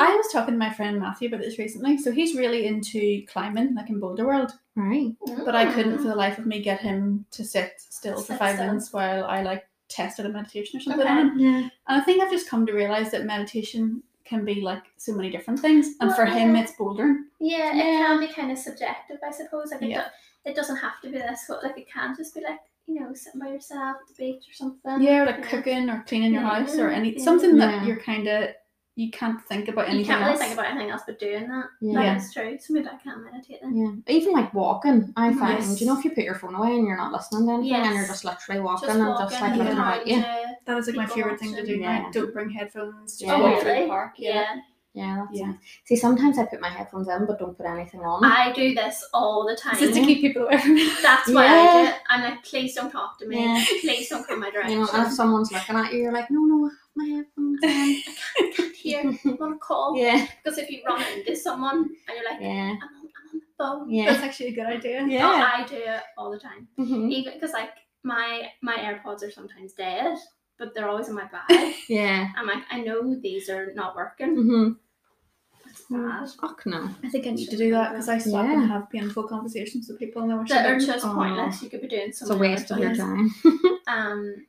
S3: I was talking to my friend Matthew about this recently. So he's really into climbing, like in Boulder World,
S1: Right.
S3: but I
S2: Mm.
S3: couldn't for the life of me get him to sit still for
S2: Sit
S3: five
S2: still.
S3: minutes while I like tested a meditation or something
S2: Okay.
S3: on him.
S1: Yeah.
S3: And I think I've just come to realize that meditation can be like so many different things, and for
S2: Well,
S3: him
S2: yeah.
S3: it's bouldering.
S2: Yeah, it can be kind of subjective, I suppose. Like it,
S3: Yeah.
S2: do- it doesn't have to be this, but like it can just be like you know sitting by yourself at the beach or something.
S3: Yeah, or like
S2: Yeah.
S3: cooking or cleaning your house or
S2: Yeah,
S3: any
S2: yeah.
S3: something that
S1: Yeah.
S3: you're kind of you can't think about
S2: you
S3: anything
S2: can't really
S3: else.
S2: think about anything else but doing that.
S1: Yeah.
S2: That
S3: Yeah.
S2: is true. So maybe I can't meditate then.
S1: Yeah. Even like walking, I find
S3: Yes.
S1: you know if you put your phone away and you're not listening to anything and you're
S2: Mm-hmm. Yes.
S1: just literally walking
S2: Just
S1: and
S2: walking,
S1: just like
S2: and
S1: looking
S3: even
S1: about you.
S2: around,
S3: That is like my
S2: People
S3: favorite thing to
S1: watching.
S3: do. now.
S1: Yeah.
S3: Don't bring headphones. Just
S1: Yeah.
S2: Oh,
S3: walk through the
S2: really?
S3: park.
S2: yeah.
S1: Yeah, that's
S3: Yeah.
S1: nice. See, sometimes I put my headphones in but don't put anything on.
S2: I do this all the time.
S3: It's just to keep people away from it.
S2: That's why I do
S1: Yeah.
S2: it. I'm like, please don't talk to me.
S1: Yeah.
S2: Please don't come my direction.
S1: You know, um, and if someone's looking at you, you're like, no, no, I have my headphones
S2: I can't hear. I'm on a call.
S1: on. yeah,
S2: Because if you run into someone and you're like,
S1: yeah,
S2: I'm, on, I'm on the phone.
S1: yeah,
S3: That's actually a good idea.
S1: Yeah.
S2: Oh, I do it all the time.
S1: mhm,
S2: Even because like my my AirPods are sometimes dead, but they're always in my bag.
S1: yeah.
S2: I'm like, I know these are not working.
S1: Mm-hmm.
S2: It's bad.
S1: Fuck no.
S3: I think I need to do that because I stop
S1: Yeah.
S3: and have painful conversations with people and I wish I
S2: That are
S3: didn't.
S2: just
S1: Oh.
S2: pointless. You could be doing so
S1: It's a
S2: many other
S1: waste of your
S2: things.
S1: time.
S2: Um,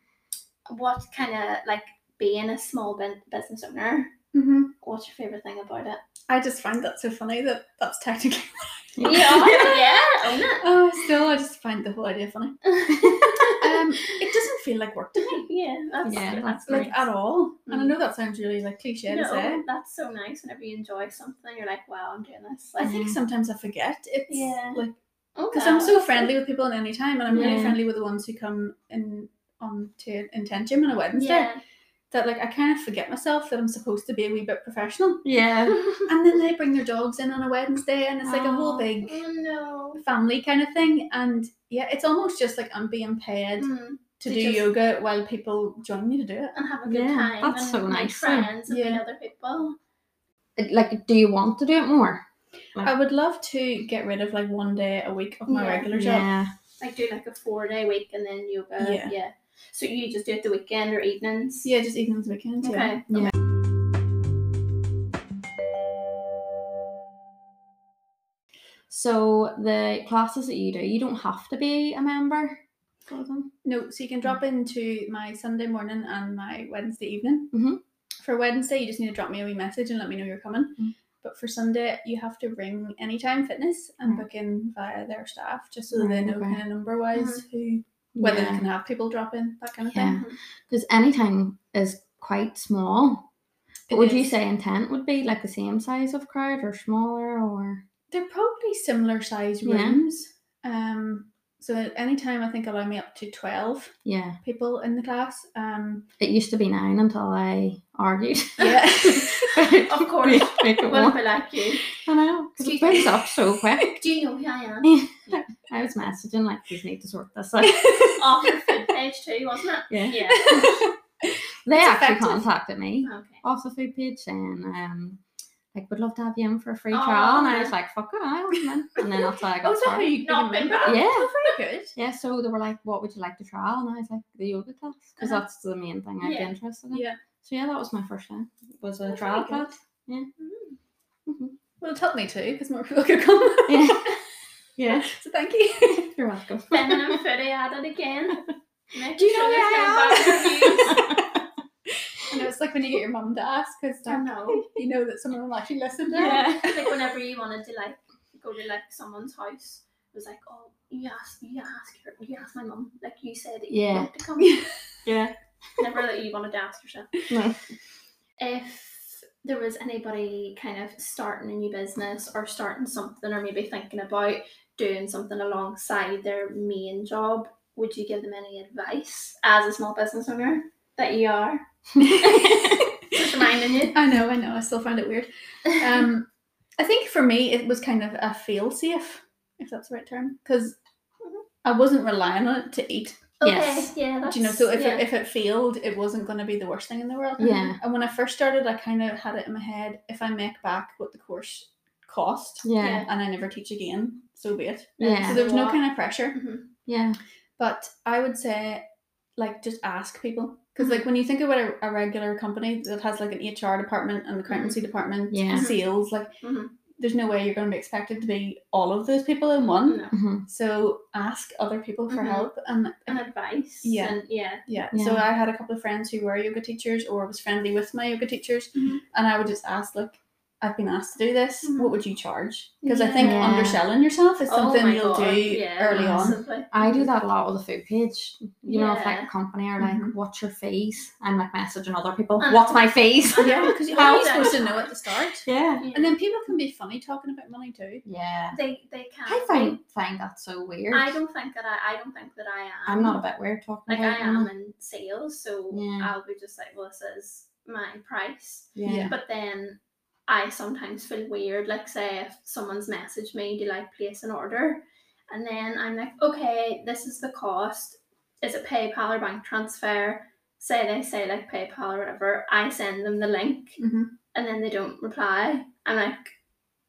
S2: what kind of like being a small bin- business owner?
S3: Mhm.
S2: What's your favorite thing about it?
S3: I just find that so funny that that's technically.
S2: yeah, own it.
S3: Oh, still, I just find the whole idea funny. Um, it doesn't feel like work to me,
S2: yeah, that's
S1: Yeah,
S2: that's
S1: that's
S2: great.
S3: like at all. And I
S2: Mm.
S3: know that sounds really like cliche to say.
S2: No, that's so nice. Whenever you enjoy something, you're like, "Wow, I'm doing this."
S3: I
S2: Like,
S3: think sometimes I forget it's
S2: Mm. Yeah.
S3: like
S1: Mm-hmm.
S2: oh,
S3: because
S2: wow,
S3: I'm so
S2: that's
S3: friendly with people at any time, and I'm really
S1: Yeah.
S3: friendly with the ones who come in on to intention on a
S2: good.
S3: Wednesday.
S2: Yeah,
S3: That like I kind of forget myself that I'm supposed to be a wee bit professional,
S1: yeah,
S2: Oh,
S3: and then they bring their dogs in on a Wednesday, and it's like a whole
S1: Oh.
S3: big
S2: Mm, no.
S3: family kind of thing. And yeah, it's almost just like I'm being paid
S2: Mm,
S3: to
S2: to
S3: do
S2: just-
S3: yoga while people join me to do it.
S2: and have a good
S1: Yeah,
S2: time.
S1: that's
S2: and
S1: so
S2: make
S1: nice, yeah.
S2: Friends and meet
S3: Yeah.
S2: other people.
S1: It- like, do you want to do it more?
S3: I would love to get rid of like one day a week of my
S2: Yeah.
S3: regular job.
S1: Yeah,
S2: Like do like a four day week and then yoga.
S3: Yeah.
S2: yeah. So you just do it the weekend or evenings.
S3: Yeah, just evenings, weekends. Yeah.
S2: Okay.
S1: Yeah. So the classes that you do, you don't have to be a member for them.
S3: No, so you can
S1: Mm.
S3: drop into my Sunday morning and my Wednesday evening.
S1: Mhm.
S3: For Wednesday, you just need to drop me a wee message and let me know you're coming.
S1: Mm.
S3: But for Sunday, you have to ring Anytime Fitness and
S1: Right.
S3: book in via their staff, just so that they
S1: Mm. Right,
S3: know
S1: okay. Mm-hmm.
S3: kind of number wise who whether they can have people drop in that kind of
S1: Yeah.
S3: thing.
S1: because anytime is quite small.
S3: It
S1: But would you
S3: is-
S1: say intent would be like the same size of crowd or smaller or?
S3: They're probably similar size
S1: Yeah.
S3: rooms. Um, so at any time, I think allow me up to twelve
S1: Yeah,
S3: people in the class. Um,
S1: it used to be nine until I argued.
S3: yeah. Oh,
S2: Of course.
S1: Make it
S2: Wouldn't
S1: one.
S2: be like you.
S1: I know. 'cause
S2: Excuse
S1: It
S2: me.
S1: brings up so quick.
S2: Do you know who I am?
S1: I was messaging like, "You need to sort this out."
S2: Off your food page too, wasn't it?
S1: Yeah.
S2: Yeah.
S1: They
S3: It's
S1: actually
S3: effective.
S1: contacted me
S2: Okay.
S1: off the food page saying, um, like, would love to have you in for a free
S2: Oh,
S1: trial. And I
S2: lovely.
S1: was like, fuck it, I wasn't in. And then that's how I
S3: Oh,
S1: got
S3: is that how
S1: started.
S3: you
S2: Not
S3: became a member?
S2: bad.
S1: Yeah.
S3: Oh, very good.
S1: Yeah, so they were like, what would you like to trial? And I was like, the yoga class, because
S2: Uh-huh.
S1: that's the main thing I'd
S2: Yeah.
S1: be interested in.
S3: Yeah.
S1: So yeah, that was my first time. Was a
S3: That's
S1: trial
S3: really good.
S1: class.
S2: Mm.
S1: Mhm.
S3: Well, it helped me too because more people could come.
S1: Yeah. yeah.
S3: so thank you.
S1: You're welcome.
S2: Feminine foodie at it again. Make
S3: Do you know
S2: sure there's
S3: who I
S2: no bad reviews.
S3: And it's like when you get your mum to ask because
S2: I know.
S3: you know that someone will actually listen. now.
S1: Yeah.
S2: like whenever you wanted to like go to like someone's house, it was like, oh, you ask, you ask her, you ask my mum. Like you said that you
S1: Yeah.
S2: wanted to come.
S1: Yeah.
S2: Never that you wanted to ask yourself.
S1: No.
S2: If there was anybody kind of starting a new business or starting something or maybe thinking about doing something alongside their main job, would you give them any advice as a small business owner that you are? Just reminding you.
S3: I know, I know. I still find it weird. Um, I think for me, it was kind of a feel safe, if that's the right term, because I wasn't relying on it to eat.
S2: okay,
S1: yes.
S2: yeah, that's
S3: Do you know? So if
S2: yeah.
S3: it, if it failed, it wasn't going to be the worst thing in the world.
S1: Yeah.
S3: And when I first started, I kind of had it in my head: if I make back what the course cost
S1: Yeah.
S3: and I never teach again, so be it.
S1: Yeah.
S3: So there was no
S2: Wow.
S3: kind of pressure.
S1: Yeah.
S3: But I would say, like, just ask people. Because,
S2: Mm-hmm.
S3: like, when you think about a, a regular company that has, like, an HR department,
S2: Mm-hmm.
S3: an accountancy department,
S1: Yeah.
S3: and sales, like,
S2: Mhm.
S3: there's no way you're going to be expected to be all of those people in one.
S2: No.
S1: hmm
S3: So ask other people for
S2: Mhm.
S3: help. And,
S2: And advice.
S3: Yeah.
S2: And yeah.
S3: yeah. So
S1: Yeah.
S3: I had a couple of friends who were yoga teachers or was friendly with my yoga teachers.
S2: Mhm.
S3: And I would just ask, like, I've been asked to do this.
S2: Mhm.
S3: What would you charge? Because I think
S1: Yeah.
S3: underselling yourself is
S2: Oh
S3: something
S2: my
S3: you'll
S2: God,
S3: do
S2: yeah,
S3: early on.
S2: massively.
S1: I do that a lot with the food page. You know, if like
S2: Yeah.
S1: a company are like,
S3: Mhm.
S1: what's your fees? I'm like messaging other people,
S3: Uh-huh.
S2: And-
S1: what's my fees?
S3: Yeah, because you're
S2: Well,
S3: only supposed to know at the start.
S1: yeah.
S2: Yeah.
S3: And then people can be funny talking about money too.
S1: Yeah.
S2: they they can.
S1: I find find that so weird.
S2: I don't think that I I don't think that I am.
S1: I'm not a bit weird talking
S2: like
S1: about
S2: I am
S1: money.
S2: in sales, so
S1: Yeah.
S2: I'll be just like, well, this is my price.
S1: Yeah.
S2: But then I sometimes feel weird. Like, say if someone's messaged me, do you like place an order? And then I'm like, okay, this is the cost. Is it PayPal or bank transfer? Say they say like PayPal or whatever. I send them the link,
S3: Mhm.
S2: and then they don't reply. I'm like,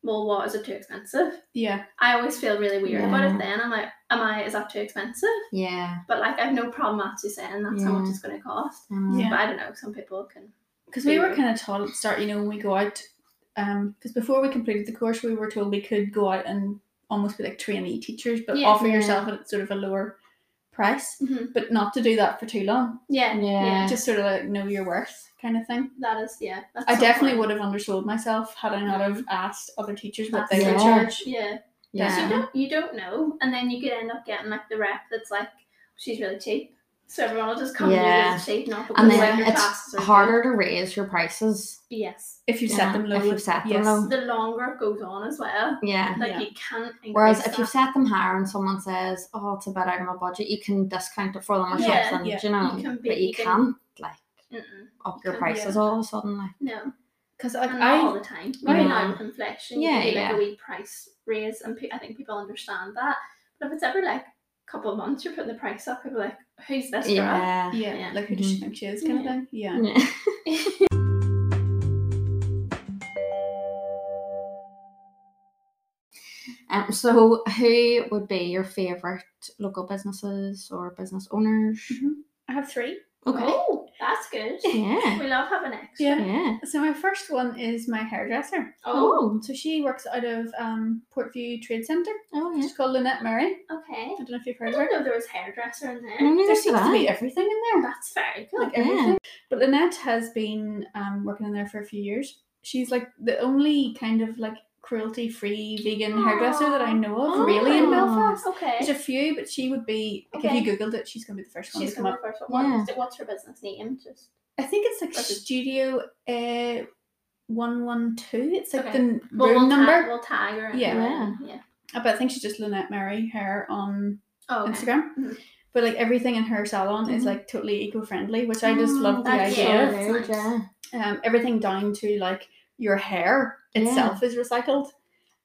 S2: well, what is it too expensive?
S3: Yeah.
S2: I always feel really weird about
S1: Yeah.
S2: it. Then I'm like, am I? Is that too expensive?
S1: Yeah.
S2: But like, I've no problem actually saying that's how much
S1: Yeah.
S2: it's going to cost.
S1: Um,
S3: Yeah.
S2: But I don't know. Some people can.
S3: Because we were
S2: Yeah.
S3: kind of taught at the start, you know, when we go out, um, because before we completed the course, we were told we could go out and almost be like trainee teachers, but
S2: Yeah.
S3: offer
S1: Yeah.
S3: yourself at sort of a lower price,
S2: Mhm.
S3: but not to do that for too long.
S2: Yeah,
S1: Yeah.
S3: Just sort of like know your worth kind of thing.
S2: That is, yeah. That's
S3: I
S2: so
S3: definitely
S2: funny.
S3: would have undersold myself had I not have asked other teachers what they would
S1: That's- Yeah.
S3: charge.
S2: Yeah.
S1: Yeah.
S2: So you don't you don't know, and then you could end up getting like the rep that's like she's really cheap, so everyone will just come to you
S1: Yeah.
S2: as cheap, not because
S1: And
S2: like
S1: then
S2: your
S1: it's
S2: classes are good.
S1: harder to raise your prices.
S2: Yes.
S3: If you
S1: Yeah,
S3: set them low,
S1: if you've set them
S3: yes.
S1: low.
S2: The longer it goes on as well,
S1: Yeah.
S2: like
S3: Yeah.
S2: you can't. increase
S1: Whereas if
S2: that.
S1: you set them higher and someone says, "Oh, it's a bit out of my budget," you can discount it for them or
S2: Yeah,
S1: something.
S3: yeah.
S1: do you know,
S2: You can be-
S1: but you,
S2: you can-
S1: can't like
S2: Mm-mm.
S1: up your
S2: can-
S1: prices
S3: yeah.
S1: all of a sudden. Like,
S2: no,
S3: Because like
S2: and not all
S3: I,
S2: the time.
S1: Yeah.
S2: Right now with inflation,
S1: Yeah,
S2: you can do like
S1: yeah.
S2: a wee price raise, and pe- I think people understand that. But if it's ever like a couple of months, you're putting the price up. People are like, who's this girl?
S1: yeah,
S3: yeah,
S2: Yeah.
S3: like who does she think she is, kind
S2: Yeah.
S3: of thing. Yeah.
S1: yeah, Um, so who would be your favorite local businesses or business owners?
S3: I have three.
S1: Okay,
S2: Oh, that's good.
S1: yeah,
S2: We love having extra.
S3: Yeah.
S1: Oh, yeah.
S3: So my first one is my hairdresser. Um,
S2: Oh,
S1: Oh,
S3: So she works out of um, Portview Trade Centre.
S1: oh yeah.
S3: She's called Lynette Murray.
S2: okay.
S3: I don't know if you've
S2: I
S3: heard of her.
S2: didn't know there was hairdresser in there.
S1: No, neither
S3: There
S1: should
S3: seems to be
S1: I.
S3: everything in there.
S2: That's very good.
S3: Mm-hmm. Like
S1: Yeah.
S3: everything. But Lynette has been um, working in there for a few years. She's like the only kind of like cruelty free vegan hairdresser that I know of, really
S2: Oh.
S3: in
S1: Aw.
S3: Belfast.
S2: Okay.
S3: There's a few, but she would be like if you googled it, she's gonna be the first one
S2: She's
S3: to come
S2: gonna
S3: up.
S2: be the first
S1: Yeah.
S2: one. What- What's her business name? Just
S3: I think it's like
S2: Perfect.
S3: Studio uh, one one two. It's like
S2: Okay.
S3: the n-
S2: Well,
S3: room
S2: we'll tag-
S3: number.
S2: we'll tag her. and
S3: Yeah.
S2: then- Yeah.
S3: Uh, but I think she's just Lynette Murray hair on
S2: Oh. okay. Mm-hmm.
S3: Instagram.
S2: Mhm.
S3: But like everything in her salon is
S1: Mhm.
S3: like totally eco friendly, which I just
S2: Ah,
S3: love the
S1: Mm, That's so
S3: idea.
S2: It's
S1: good,
S2: nice.
S1: yeah.
S3: Um, everything down to like your hair itself is recycled.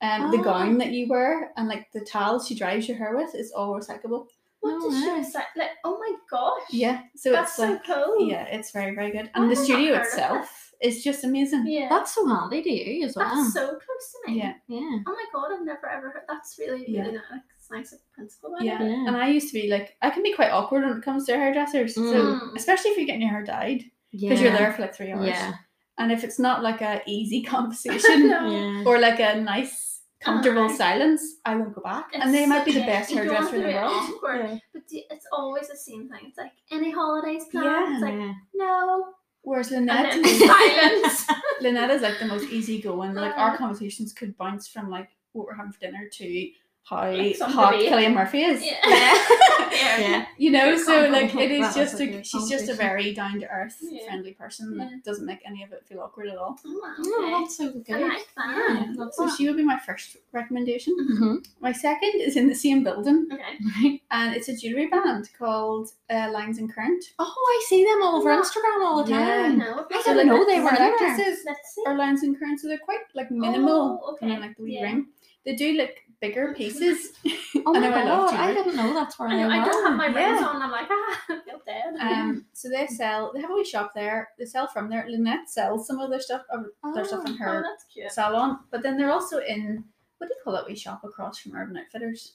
S3: Um, the
S2: Ah.
S1: Oh.
S3: gown that you wear and like the towel she dries your hair with is all recyclable.
S2: What does she
S1: Alright.
S2: say? Like, oh my gosh.
S3: Yeah, so
S2: That's
S3: it's
S2: so
S3: like
S2: cool.
S3: yeah, it's very very good.
S2: Why
S3: And the
S2: have I not
S3: studio
S2: heard of
S3: itself is just amazing.
S2: Yeah.
S1: That's so handy to you as well.
S2: That's so close to me.
S3: Yeah,
S1: yeah,
S2: Oh my god, I've never ever heard. That's really really
S3: Yeah.
S2: nice. It's nice of principle. about
S3: yeah.
S2: it.
S1: Yeah.
S3: And I used to be like, I can be quite awkward when it comes to hairdressers. So
S2: Mm.
S3: especially if you're getting your hair dyed,
S1: yeah.
S3: because you're there for like three hours.
S1: Yeah,
S3: And if it's not like a easy conversation
S2: No.
S1: yeah.
S3: or like a nice, comfortable
S2: Uh-huh.
S3: silence, I won't go back. and they
S2: It's
S3: might be the
S2: so-
S3: best
S2: you don't want
S3: hairdresser in
S2: to
S3: the
S2: do it
S3: world.
S2: awkward, But do- it's always the same thing. It's like any holidays planned. It's like
S1: yeah.
S2: no.
S3: Whereas
S2: And
S3: Lynette,
S2: then
S3: is,
S2: silence.
S3: Lynette is like the most easygoing. Like
S2: Uh-huh.
S3: our conversations could bounce from like what we're having for dinner to how
S2: Like some
S3: hot
S2: debate.
S3: Killian Murphy is.
S2: Yeah.
S1: yeah. yeah.
S3: you know
S1: Good
S3: so
S1: combo.
S3: like it is
S1: That was
S3: just
S1: a
S3: a
S1: good
S3: she's just a
S1: combination.
S3: very down to earth
S2: Yeah.
S3: friendly person
S2: Yeah.
S3: that doesn't make any of it feel awkward at all
S1: Oh,
S2: Oh,
S1: that's so good.
S2: okay. I like that.
S1: Yeah, that's
S3: so she would be my first recommendation
S1: Mhm.
S3: my second is in the same building
S2: Okay.
S1: Right.
S3: and it's a jewelry band called uh, lines and current
S1: Oh, I see them all over Instagram all the
S3: Yeah.
S1: time.
S2: No,
S1: I
S3: So,
S1: didn't know they
S3: the
S1: were there.
S3: necklaces
S2: Let's see.
S3: are lines and current so they're quite like minimal
S2: Oh,
S3: and then
S2: okay.
S3: like the wee
S2: Yeah.
S3: ring they do look bigger pieces.
S1: Oh my
S3: I know I
S1: god,
S3: love
S1: I
S3: jewelry.
S1: didn't know that's where I,
S2: I, know, I
S1: was.
S2: don't have my rings
S3: yeah.
S2: on. I'm like, ah, I feel dead.
S3: Um, so they sell. They have a wee shop there. They sell from there. Lynette sells some of their stuff. Or their stuff in
S1: Oh,
S2: oh,
S3: her
S2: that's cute.
S3: salon. But then they're also in what do you call that wee shop across from Urban Outfitters?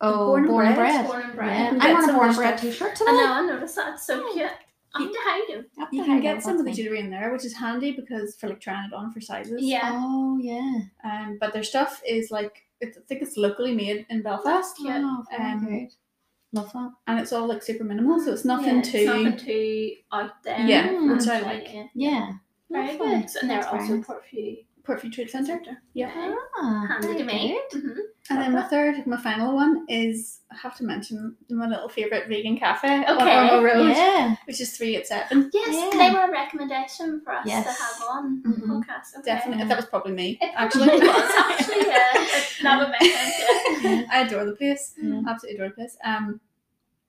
S1: Oh,
S3: born
S1: born,
S3: and
S1: and
S3: bred.
S1: bred.
S2: Born
S1: Yeah.
S2: and bred.
S3: can
S1: I
S3: get
S1: want
S3: some
S1: a born
S3: of
S1: and
S3: their
S1: bred
S3: stuff.
S1: t-shirt
S2: I
S1: today.
S2: know. I noticed that. It's so cute. I'm to hide them.
S1: Up the
S3: You can
S1: high
S3: get
S1: road,
S3: some of the
S1: that's me.
S3: jewelry in there, which is handy because for like trying it on for sizes.
S2: Yeah.
S1: Oh yeah.
S3: Um, but their stuff is like it's, I think it's locally made in Belfast,
S2: Cute.
S1: Oh, very
S3: Um,
S1: good. Love that.
S3: and it's all like super minimal, so it's nothing
S2: yeah,
S3: too.
S2: It's nothing too out there.
S3: Yeah,
S1: Mm.
S3: which I
S2: Actually,
S3: like.
S2: yeah.
S1: Yeah.
S2: Very
S1: Lovely.
S2: good. So, and they're
S1: That's very
S2: also
S1: nice.
S2: Portfolio
S3: Portfolio Trade Centre.
S2: Centre.
S3: Yeah.
S1: Ah,
S2: Handy
S1: very
S2: to me.
S1: good.
S2: Mhm.
S3: And then my third, my final one is I have to mention my little favourite vegan cafe on
S2: Okay.
S3: Ormo Road,
S1: Yeah.
S3: which is three at seven.
S2: Yes,
S1: Yeah.
S2: they were a recommendation for us
S1: Yes.
S2: to have on the
S3: Mhm.
S2: podcast. Okay.
S3: Definitely,
S1: Yeah.
S3: that was probably me.
S2: It
S3: actually,
S2: probably was Mm. actually, yeah. It- That would make sense, yeah.
S3: I adore the place.
S1: Yeah.
S3: Absolutely adore the place. Um,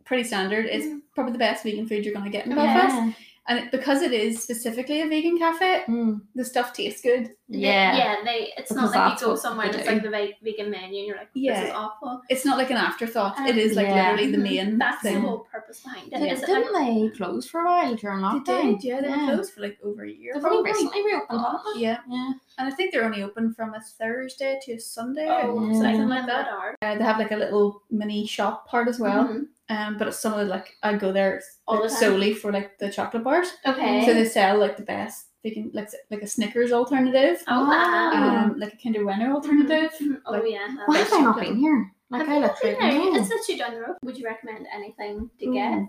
S3: pretty standard. It's
S2: Mm.
S3: probably the best vegan food you're gonna get in
S2: Yeah.
S3: Belfast, and it, because it is specifically a vegan cafe,
S1: Mm.
S3: the stuff tastes good.
S1: Yeah.
S2: They, yeah, they it's
S1: Because
S2: not like
S1: that's
S2: you go
S1: what
S2: somewhere and
S1: they
S2: it's like the ve- vegan menu and you're like, this
S3: Yeah.
S2: is awful.
S3: It's not like an afterthought. it
S2: Um,
S3: is like
S1: Yeah.
S3: literally the
S2: Mhm.
S3: main
S2: That's the
S3: thing.
S2: whole purpose behind it.
S1: Did,
S2: Is it like,
S1: didn't they close for a while during lockdown?
S3: They did, yeah. They were closed for like over a year.
S1: They've only
S3: probably.
S1: recently reopened, haven't they?
S3: Yeah,
S1: Yeah.
S3: and I think they're only open from a Thursday to a Sunday or
S2: oh,
S1: Yeah.
S3: something like that.
S2: Art.
S3: Uh, they have like a little mini shop part as well.
S2: Mhm.
S3: Um, but it's some of the like I go there
S2: All the time.
S3: solely for like the chocolate bars.
S2: Okay.
S3: So they sell like the best vegan, like like a Snickers alternative,
S2: oh, wow.
S3: um, like a Kinder Bueno alternative.
S2: Mhm. Oh,
S3: like-
S2: yeah. that
S1: Why
S2: is-
S1: have I not been here? Like
S2: Have
S1: I
S2: you
S1: looked
S2: been
S1: through
S2: there?
S1: no.
S2: It's literally down the road. Would you recommend anything to
S1: Mm.
S2: get?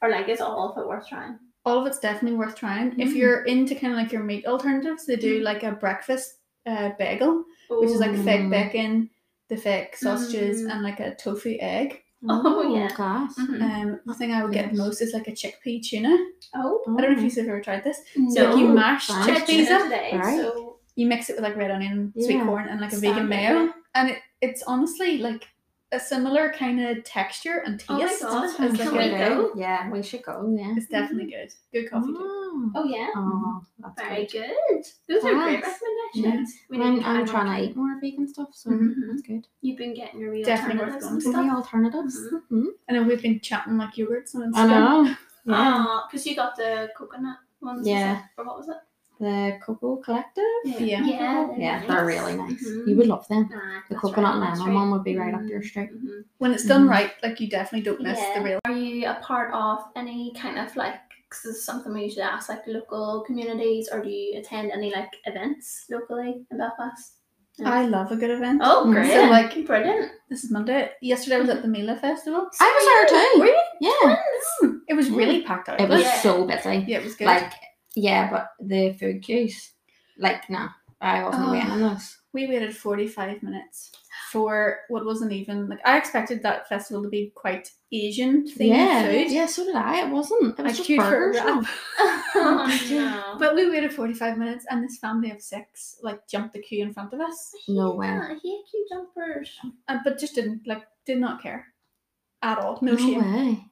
S2: Or like is all of it worth trying?
S3: All of it's definitely worth trying. If
S2: Mm-hmm.
S1: Mm.
S3: you're into kind of like your meat alternatives, they do like a breakfast uh, bagel, which is like
S2: Ooh.
S3: fake bacon, the fake sausages,
S2: Mm.
S3: and like a tofu egg.
S2: Oh, yeah.
S1: gosh.
S2: Mhm.
S3: Um, the thing I would get
S1: Yes.
S3: most is like a chickpea tuna.
S2: Oh,
S3: I don't know if you've ever tried this. So
S2: no.
S3: like you mash
S1: Wow.
S2: Check these
S3: chickpeas up,
S2: today,
S1: Right.
S2: so
S3: you mix it with like red onion, sweet
S1: Yeah.
S3: corn, and like a
S2: Standard,
S3: vegan mayo,
S2: yeah.
S3: and it, it's honestly like a similar kind of texture and
S2: Oh my
S3: taste.
S2: God,
S3: It's
S2: sounds
S3: like
S2: so
S3: a-
S2: good. go?
S1: Yeah, we should go, yeah.
S3: It's definitely
S2: Mm-hmm.
S3: good. Good coffee too.
S1: Mm.
S2: oh yeah,
S1: Oh, that's
S2: very
S1: good.
S2: good. Those are great
S1: Thanks.
S2: recommendations. We need
S1: I'm,
S2: to
S1: I'm
S2: try
S1: trying
S2: more.
S1: to eat more vegan stuff, so
S3: Mhm.
S1: that's good.
S2: You've been getting your real
S3: Definitely
S2: alternatives
S3: worth
S2: and
S1: Some
S2: stuff.
S1: alternatives. Mm-hmm.
S3: I know we've been chatting like yogurts and
S1: I
S3: stuff.
S1: know. Yeah.
S2: Ah, because you got the coconut ones. was
S1: Yeah.
S2: it? Or what was it?
S1: the Cocoa Collective.
S3: Yeah.
S2: Yeah.
S1: Yeah, they're really nice.
S2: Mhm.
S1: You would love them.
S2: Nah,
S1: The
S2: that's
S1: coconut
S2: right,
S1: lemon
S2: that's
S1: one would be right up your
S2: Mm.
S1: street.
S2: Mhm.
S3: When it's done
S1: Mhm.
S3: right, like you definitely don't miss
S2: Yeah.
S3: the real.
S2: Are you a part of any kind of like? Because it's something we usually ask, like local communities, or do you attend any like events locally in Belfast? No.
S3: I love a good event.
S2: Oh,
S1: Mm.
S2: great!
S3: So, like-
S2: brilliant.
S3: This is Monday. Yesterday I was at the Mila Festival.
S1: I was there too.
S3: Were you?
S1: Yeah.
S3: It was really
S2: Mm.
S3: packed out.
S1: It was
S2: Yeah.
S1: so busy.
S3: Yeah, it was good.
S1: Like, yeah, but the food queues, like, no, I wasn't
S3: Oh.
S1: waiting on this.
S3: We waited 45 minutes for what wasn't even like I expected that festival to be quite Asian themed
S1: yeah,
S3: food.
S1: yeah, so did I. It wasn't. It was
S3: I
S1: just
S3: queued for a
S1: burgers.
S3: wrap.
S2: oh no!
S3: But we waited 45 minutes and this family of six like jumped the queue in front of us.
S1: No
S2: Yeah,
S1: way.
S2: He had cute jumpers.
S3: And, but just didn't like did not care at all. No,
S1: No
S3: shame.
S1: way.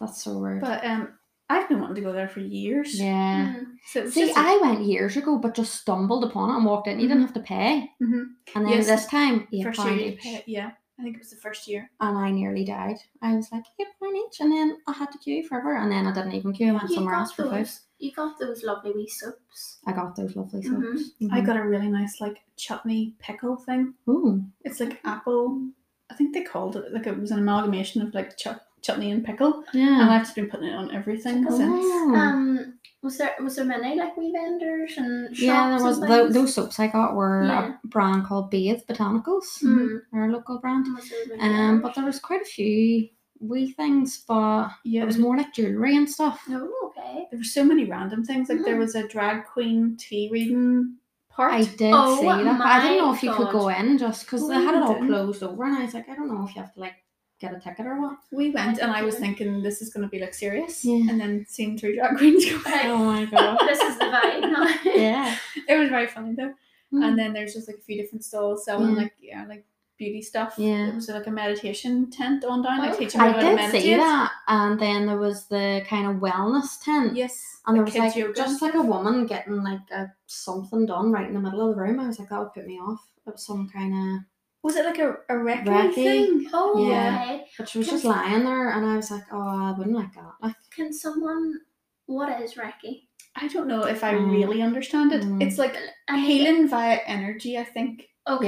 S1: That's so weird.
S3: But um I've been wanting to go there for years.
S1: yeah.
S2: Mm.
S3: So it's
S1: See,
S3: just a-
S1: I went years ago, but just stumbled upon it and walked in. You didn't have to pay.
S3: Mhm.
S1: And then
S3: Yes.
S1: this time, eight
S3: first year
S1: pound
S3: you
S1: each.
S3: pay- yeah. I think it was the first year.
S1: And I nearly died. I was like, eight pound each. And then I had to queue forever. And then I didn't even queue. I went
S2: You
S1: somewhere
S2: got
S1: else for
S2: those-
S1: food.
S2: You got those lovely wee soaps.
S1: I got those lovely soaps. Mm-hmm.
S2: Mhm.
S3: Mm-hmm. I got a really nice like chutney pickle thing.
S1: Ooh.
S3: It's like apple. I think they called it like it was an amalgamation of like chut- chutney and pickle, and
S1: Yeah.
S3: I've just been putting it on everything
S2: Pickle.
S3: since.
S1: Oh.
S2: Um, was there was there many like wee vendors and shops?
S1: yeah, there was
S2: and
S1: tho-
S2: things?
S1: those soaps I got were
S2: Yeah.
S1: a brand called Bathe Botanicals,
S3: Mm-hmm.
S2: Mhm.
S1: our local brand.
S2: Was there many
S1: Um,
S2: vendors?
S1: but there was quite a few wee things, but
S3: Yeah,
S1: it was
S3: there,
S1: more like jewelry and stuff.
S2: oh okay.
S3: there were so many random things. Like there
S2: Mhm.
S3: was a drag queen tea reading part.
S1: Hmm. I did
S2: Oh
S1: see that. but I didn't know
S2: my
S1: if you could go
S2: God.
S1: in just because they
S3: Oh,
S1: had it all
S3: didn't.
S1: closed over, and I was like, I don't know if you have to like get a ticket or what.
S3: we went, and I was
S2: Yeah.
S3: thinking this is going to be like serious,
S1: Yeah.
S3: and then seeing three drag queens go.
S2: Right.
S1: Oh my god.
S2: this is the vibe now.
S1: yeah.
S3: It was very funny though.
S1: Mm.
S3: And then there's just like a few different stalls selling
S1: Yeah.
S3: like yeah like beauty stuff.
S1: Yeah.
S3: it was like a meditation tent on down, like
S2: Oh,
S3: teaching
S2: okay.
S3: people
S1: I
S3: how
S1: did
S3: to meditate.
S1: see that, and then there was the kind of wellness tent.
S3: Yes,
S1: And there
S3: like
S1: was like
S3: kids yoga and
S1: just like a woman getting like a something done right in the middle of the room. I was like, that would put me off. It was some kind of
S3: was it like a, a recce
S1: Recce.
S3: thing?
S2: Oh,
S1: Yeah.
S2: okay.
S1: But she was just lying there, and I was like, oh, I wouldn't like that. Like,
S2: Can someone? What is Reiki?
S3: I don't know if I
S1: Mm.
S3: really understand it.
S1: Mm.
S3: It's like
S2: I need it.
S3: healing via energy, I think.
S2: Okay.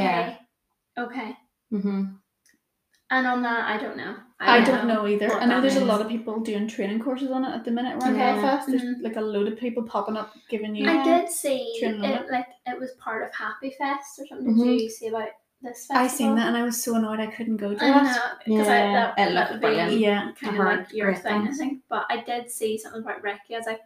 S1: Yeah.
S2: Okay.
S1: mm-hmm.
S2: And on that, I don't know.
S3: I don't know either.
S2: what
S3: I know
S2: that
S3: there's a
S1: is.
S3: lot of people doing training courses on it at the minute around
S1: Yeah.
S3: Belfast. There's
S2: Mhm.
S3: like a load of people popping up giving you.
S2: I did see
S3: Training on
S2: it, like it was part of Happy Fest or something. Did
S1: Mhm.
S2: you see about this festival?
S3: Mm-hmm. I seen that and I was so annoyed I couldn't go to
S2: I know
S3: that.
S2: because
S1: Yeah,
S2: that,
S1: it
S2: that
S1: looked
S2: would
S1: brilliant.
S2: be
S3: Yeah.
S2: kind
S1: I
S2: of like
S1: heard
S2: your
S1: great
S2: thing,
S1: things.
S2: I think. But I did see something about Reiki. I was like,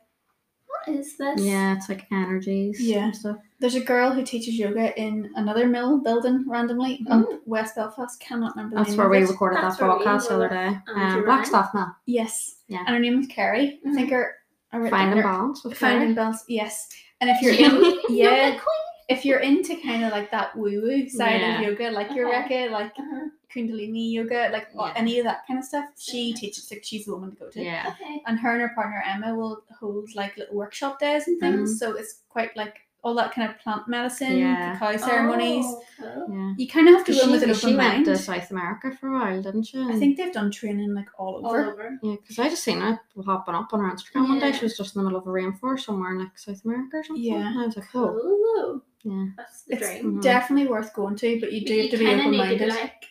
S2: what is this?
S1: Yeah, it's like energies.
S3: Yeah.
S1: And stuff.
S3: There's a girl who teaches yoga in another mill building randomly
S2: Mm.
S3: up West Belfast. Cannot remember the
S1: That's
S3: name
S1: where
S3: of
S1: we
S3: it.
S1: recorded
S2: That's
S1: that
S2: where we
S1: podcast the
S2: were
S1: other day.
S2: with
S1: Um,
S2: Andrew
S1: Black
S2: Ryan.
S1: Staff Map.
S3: Yes.
S1: Yeah.
S3: And her name is Carrie. I
S2: Mm-hmm.
S3: think her I wrote
S1: Find
S3: her-
S1: and balance. with
S3: Find
S1: Claire.
S3: and balance. Yes. And if you're
S2: She-
S3: in
S2: yoga
S3: yeah.
S2: queen.
S3: if you're into kind of like that woo woo side
S1: Yeah.
S3: of yoga, like your
S2: Okay.
S3: Reiki, like
S2: Uh-huh.
S3: Kundalini yoga, like all-
S1: Yeah.
S3: any of that kind of stuff, she teaches like she's the woman to go to.
S1: Yeah.
S2: Uh-huh. Okay.
S3: And her and her partner Emma will hold like little workshop days and things. So it's quite like all that kind of plant medicine,
S1: Yeah.
S3: cacao ceremonies.
S2: Oh, cool.
S1: Yeah.
S3: You kind of have to go in
S1: She,
S3: with an
S1: she
S3: open
S1: went
S3: mind.
S1: to South America for a while, didn't she?
S3: I think they've done training like all
S2: All
S3: over.
S2: over.
S1: Yeah, because I just seen her hopping up on her Instagram one day.
S2: Yeah.
S1: She was just in the middle of a rainforest somewhere in like South America or something.
S3: Yeah.
S1: And I was like, oh,
S2: Cool.
S1: yeah.
S2: That's the
S3: It's
S2: dream.
S1: Mhm.
S3: definitely worth going to, but you do have to be
S2: kinda
S3: open
S2: need to be,
S3: minded.
S2: like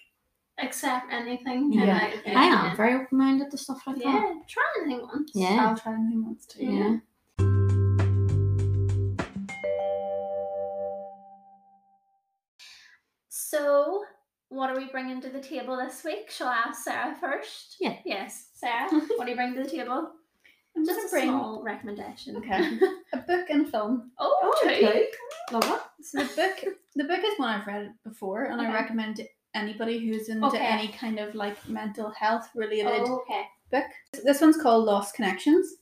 S2: accept anything.
S3: Yeah.
S2: And, like,
S1: I am very open minded to stuff like that.
S2: Yeah, try anything once.
S1: Yeah.
S3: I'll try anything once too.
S2: Yeah. So, what are we bringing to the table this week? Shall I ask Sarah first?
S1: Yeah.
S2: Yes, Sarah. what do you bring to the table?
S3: I'm
S2: Just
S3: gonna
S2: a
S3: bring
S2: small recommendation.
S3: Okay. a book and a film.
S2: oh, two.
S1: Love it.
S3: So the book the book is one I've read before and I
S2: Okay.
S3: recommend to anybody who's into
S2: Okay.
S3: any kind of like mental health related
S2: Oh, okay.
S3: book. This one's called Lost Connections.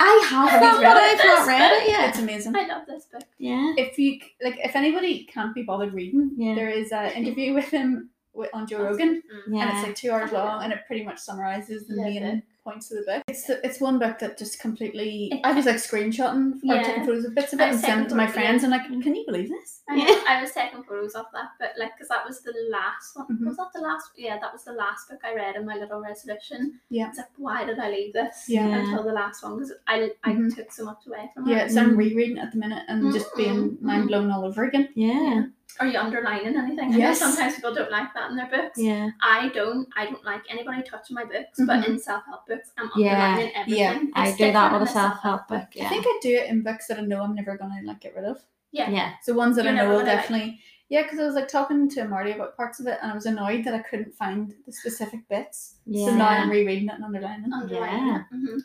S1: I have,
S3: Have
S1: that,
S3: you read
S1: but
S2: it?
S1: I've not read it
S3: It's
S1: yet.
S3: amazing.
S2: I love this book.
S1: Yeah.
S3: If you c- like if anybody can't be bothered reading,
S1: Yeah.
S3: there is an interview with him wi- on Joe Rogan
S2: Mm.
S1: Yeah.
S3: and it's like two hours
S2: I love
S3: long and it pretty much summarizes the
S2: Love
S3: main
S2: it.
S3: points of the book. It's the, it's one book that just completely
S2: It-
S3: I was like screenshotting or
S2: Yeah.
S3: taking photos of bits of it
S2: I
S3: and sending it to my
S2: second thought, yeah.
S3: friends and like, can you believe this?
S2: I,
S1: Yeah.
S2: know, I was taking photos of that, but like, because that was the last one.
S3: Mhm.
S2: Was that the last? Yeah, that was the last book I read in my little resolution.
S3: Yeah.
S2: It's like, why did I leave this
S3: Yeah.
S2: until the last one? Because I, I
S3: Mhm.
S2: took so much away from
S3: Yeah,
S2: it.
S3: so I'm
S1: Mm.
S3: rereading it at the minute and just being
S2: um, Mm,
S3: mind
S2: mm.
S3: blown all over again.
S1: yeah.
S2: Are you underlining anything?
S3: Yes.
S2: I know sometimes people don't like that in their books.
S1: Yeah.
S2: I don't. I don't like anybody touching my books, but in self help books, I'm
S1: Yeah.
S2: underlining everything.
S3: Yeah,
S2: It's
S1: I do that
S2: different in
S1: with a self help book. Yeah.
S3: I think I do it in books that I know I'm never gonna like get rid of.
S2: Yeah.
S1: yeah.
S3: So ones that
S2: You're
S3: I
S2: never
S3: know will
S2: gonna like-
S3: definitely. Yeah, because I was like talking to Marty about parts of it, and I was annoyed that I couldn't find the specific bits. So now
S1: Yeah.
S3: I'm rereading it and underlining. it.
S2: Underlining.
S1: Yeah.
S2: it. Mhm.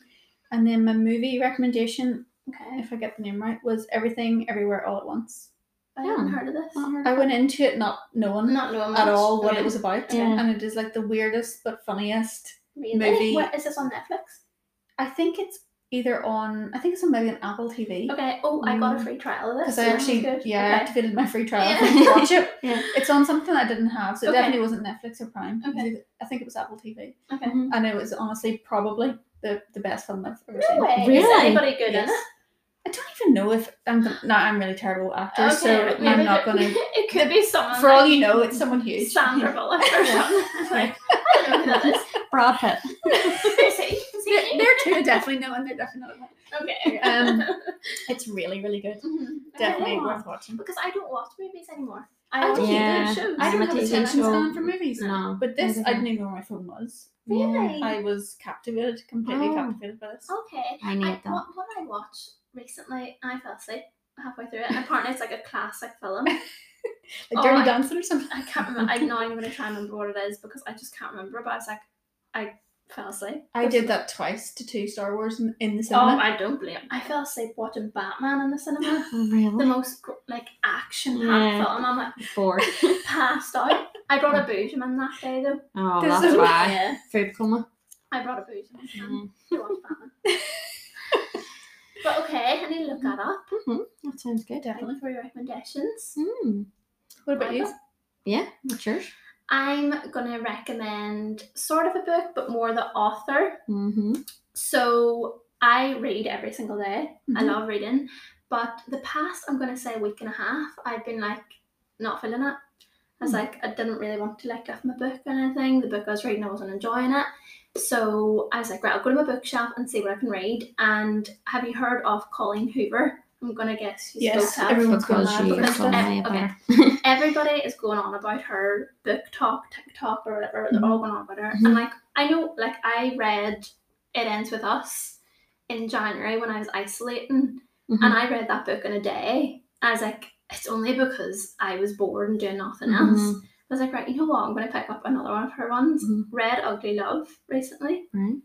S3: And then my movie recommendation,
S2: Okay.
S3: if I get the name right, was Everything Everywhere All at Once.
S2: I
S1: Yeah.
S2: haven't heard of this.
S3: I went into it not knowing
S2: Not knowing
S3: at
S2: much.
S3: all what
S2: Okay.
S3: it was about,
S1: Yeah.
S3: and it is like the weirdest but funniest.
S2: Really?
S3: movie.
S2: What is this on Netflix?
S3: I think it's either on. I think it's on maybe on Apple TV.
S2: Okay. Oh, I got a
S3: Mm.
S2: free trial of this.
S3: Because I
S2: so that's
S3: actually,
S2: good.
S3: yeah, I
S2: Okay.
S3: activated my free trial
S2: Yeah.
S3: to watch it.
S1: Yeah.
S3: It's on something I didn't have, so it
S2: Okay.
S3: definitely wasn't Netflix or Prime. It was
S2: Okay.
S3: either- I think it was Apple TV,
S2: Okay.
S1: Mhm.
S3: and it was honestly probably the, the best film I've ever
S2: No
S3: seen.
S2: way. Is
S1: Really?
S2: anybody good
S3: Yes.
S2: in it?
S3: I don't even know if I'm the, no, I'm a really terrible actor,
S2: Okay.
S3: so
S2: maybe
S3: I'm not
S2: it-
S3: gonna.
S2: it could be someone.
S3: For all
S2: like
S3: you know, it's someone huge.
S2: Sandra Bullock or
S3: Yeah.
S2: something. It's like, I don't know who that
S1: Brad Pitt.
S2: is. See?
S3: They're,
S2: See?
S3: they're two definitely no, and they're definitely not.
S2: Okay.
S3: Um, It's really, really good.
S2: Mhm. Okay,
S3: Definitely
S2: well,
S3: worth watching.
S2: Because I don't watch movies anymore.
S3: I
S2: I only
S3: do.
S2: do
S1: Yeah.
S2: shows.
S3: I
S1: I'm
S3: don't
S1: a
S3: have a
S1: TV
S3: attention
S1: show.
S3: span for movies.
S1: No.
S3: But this,
S1: I
S3: I
S1: don't.
S3: didn't even know where my phone was.
S2: Really?
S3: I was captivated, completely
S1: Oh.
S3: captivated by this.
S2: Okay.
S1: I
S2: I,
S1: need that.
S2: what, what I watched recently, I fell asleep halfway through it. And apparently, it's like a classic film.
S3: Like
S2: Oh,
S3: Dirty
S2: I-
S3: Dancing or something.
S2: I can't remember. I'm not even going to try and remember what it is because I just can't remember. But I was like, I fell asleep.
S3: I did that twice to two Star Wars in, in the
S2: Oh,
S3: cinema.
S2: I don't believe. I fell asleep watching Batman in the cinema.
S1: Oh,
S2: The
S1: really?
S2: most gr- like action packed
S1: Yeah.
S2: film. I'm like
S1: Bored.
S2: passed out. I brought a booze in that day though.
S1: Oh,
S3: There's
S1: that's
S3: a-
S1: why.
S2: Yeah.
S1: Food coma.
S2: I brought a booze in. But okay, I need to look that up.
S1: Mhm, That sounds good.
S2: Thank you for your recommendations.
S1: Mm.
S3: What about you?
S1: Yeah, what's yours?
S2: I'm gonna recommend sort of a book, but more the author.
S1: Mm-hmm.
S2: So I read every single day. I
S3: Mhm.
S2: love reading, but the past I'm gonna say week and a half, I've been like not feeling it. I
S3: Mm.
S2: was like, I didn't really want to like get my book or anything. The book I was reading, I wasn't enjoying it. So I was like, right, I'll go to my bookshelf and see what I can read. And have you heard of Colleen Hoover? I'm gonna guess you spoke
S3: Yes,
S2: to her.
S3: everyone- Everyone's
S1: because
S3: gone
S1: she
S3: mad
S1: is
S2: for
S1: gone
S2: that.
S1: mad
S2: Okay.
S1: about it.
S2: Everybody is going on about her book talk, TikTok, or whatever. They're all going on about her.
S1: Mhm.
S2: And like, I know, like, I read It Ends with Us in January when I was isolating,
S1: Mhm.
S2: and I read that book in a day. I was like, it's only because I was bored and doing nothing else.
S1: Mhm.
S2: I was like, right, you know what? I'm going to pick up another one of her ones.
S1: Mhm.
S2: Read Ugly Love recently.
S1: Right.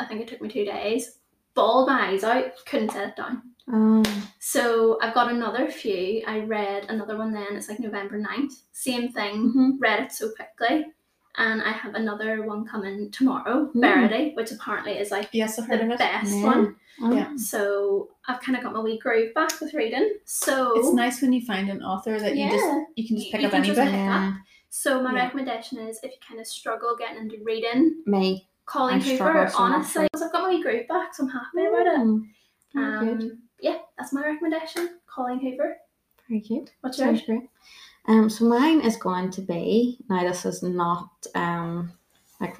S2: I think it took me two days. Bawled my eyes out, couldn't set it down.
S1: Oh,
S2: So I've got another few. I read another one then, it's like November 9th. Same thing,
S1: mhm.
S2: read it so quickly. And I have another one coming tomorrow,
S1: Mm.
S2: Verity, which apparently is like
S3: Yes, I've heard
S2: the
S3: of it.
S2: best
S1: Yeah.
S2: one.
S1: Oh.
S3: Yeah.
S2: So I've kind of got my wee groove back with reading. So
S3: It's nice when you find an author that you just
S2: Yeah.
S3: you can just
S2: You-
S3: pick
S2: you
S3: up
S2: can
S3: any
S2: just
S3: book.
S2: pick
S1: Yeah.
S2: so my
S3: Yeah.
S2: recommendation is if you kind of struggle getting into reading,
S1: Me.
S2: Colleen
S1: I struggle
S2: Hoover,
S1: so much
S2: honestly, 'cause I've got my wee groove back, so I'm happy about it.
S1: Mm. Very good.
S2: Um, yeah, that's my recommendation, Colleen Hoover.
S1: Very good.
S2: What's yours?
S1: Sounds great. Um, so mine is going to be now. This is not um like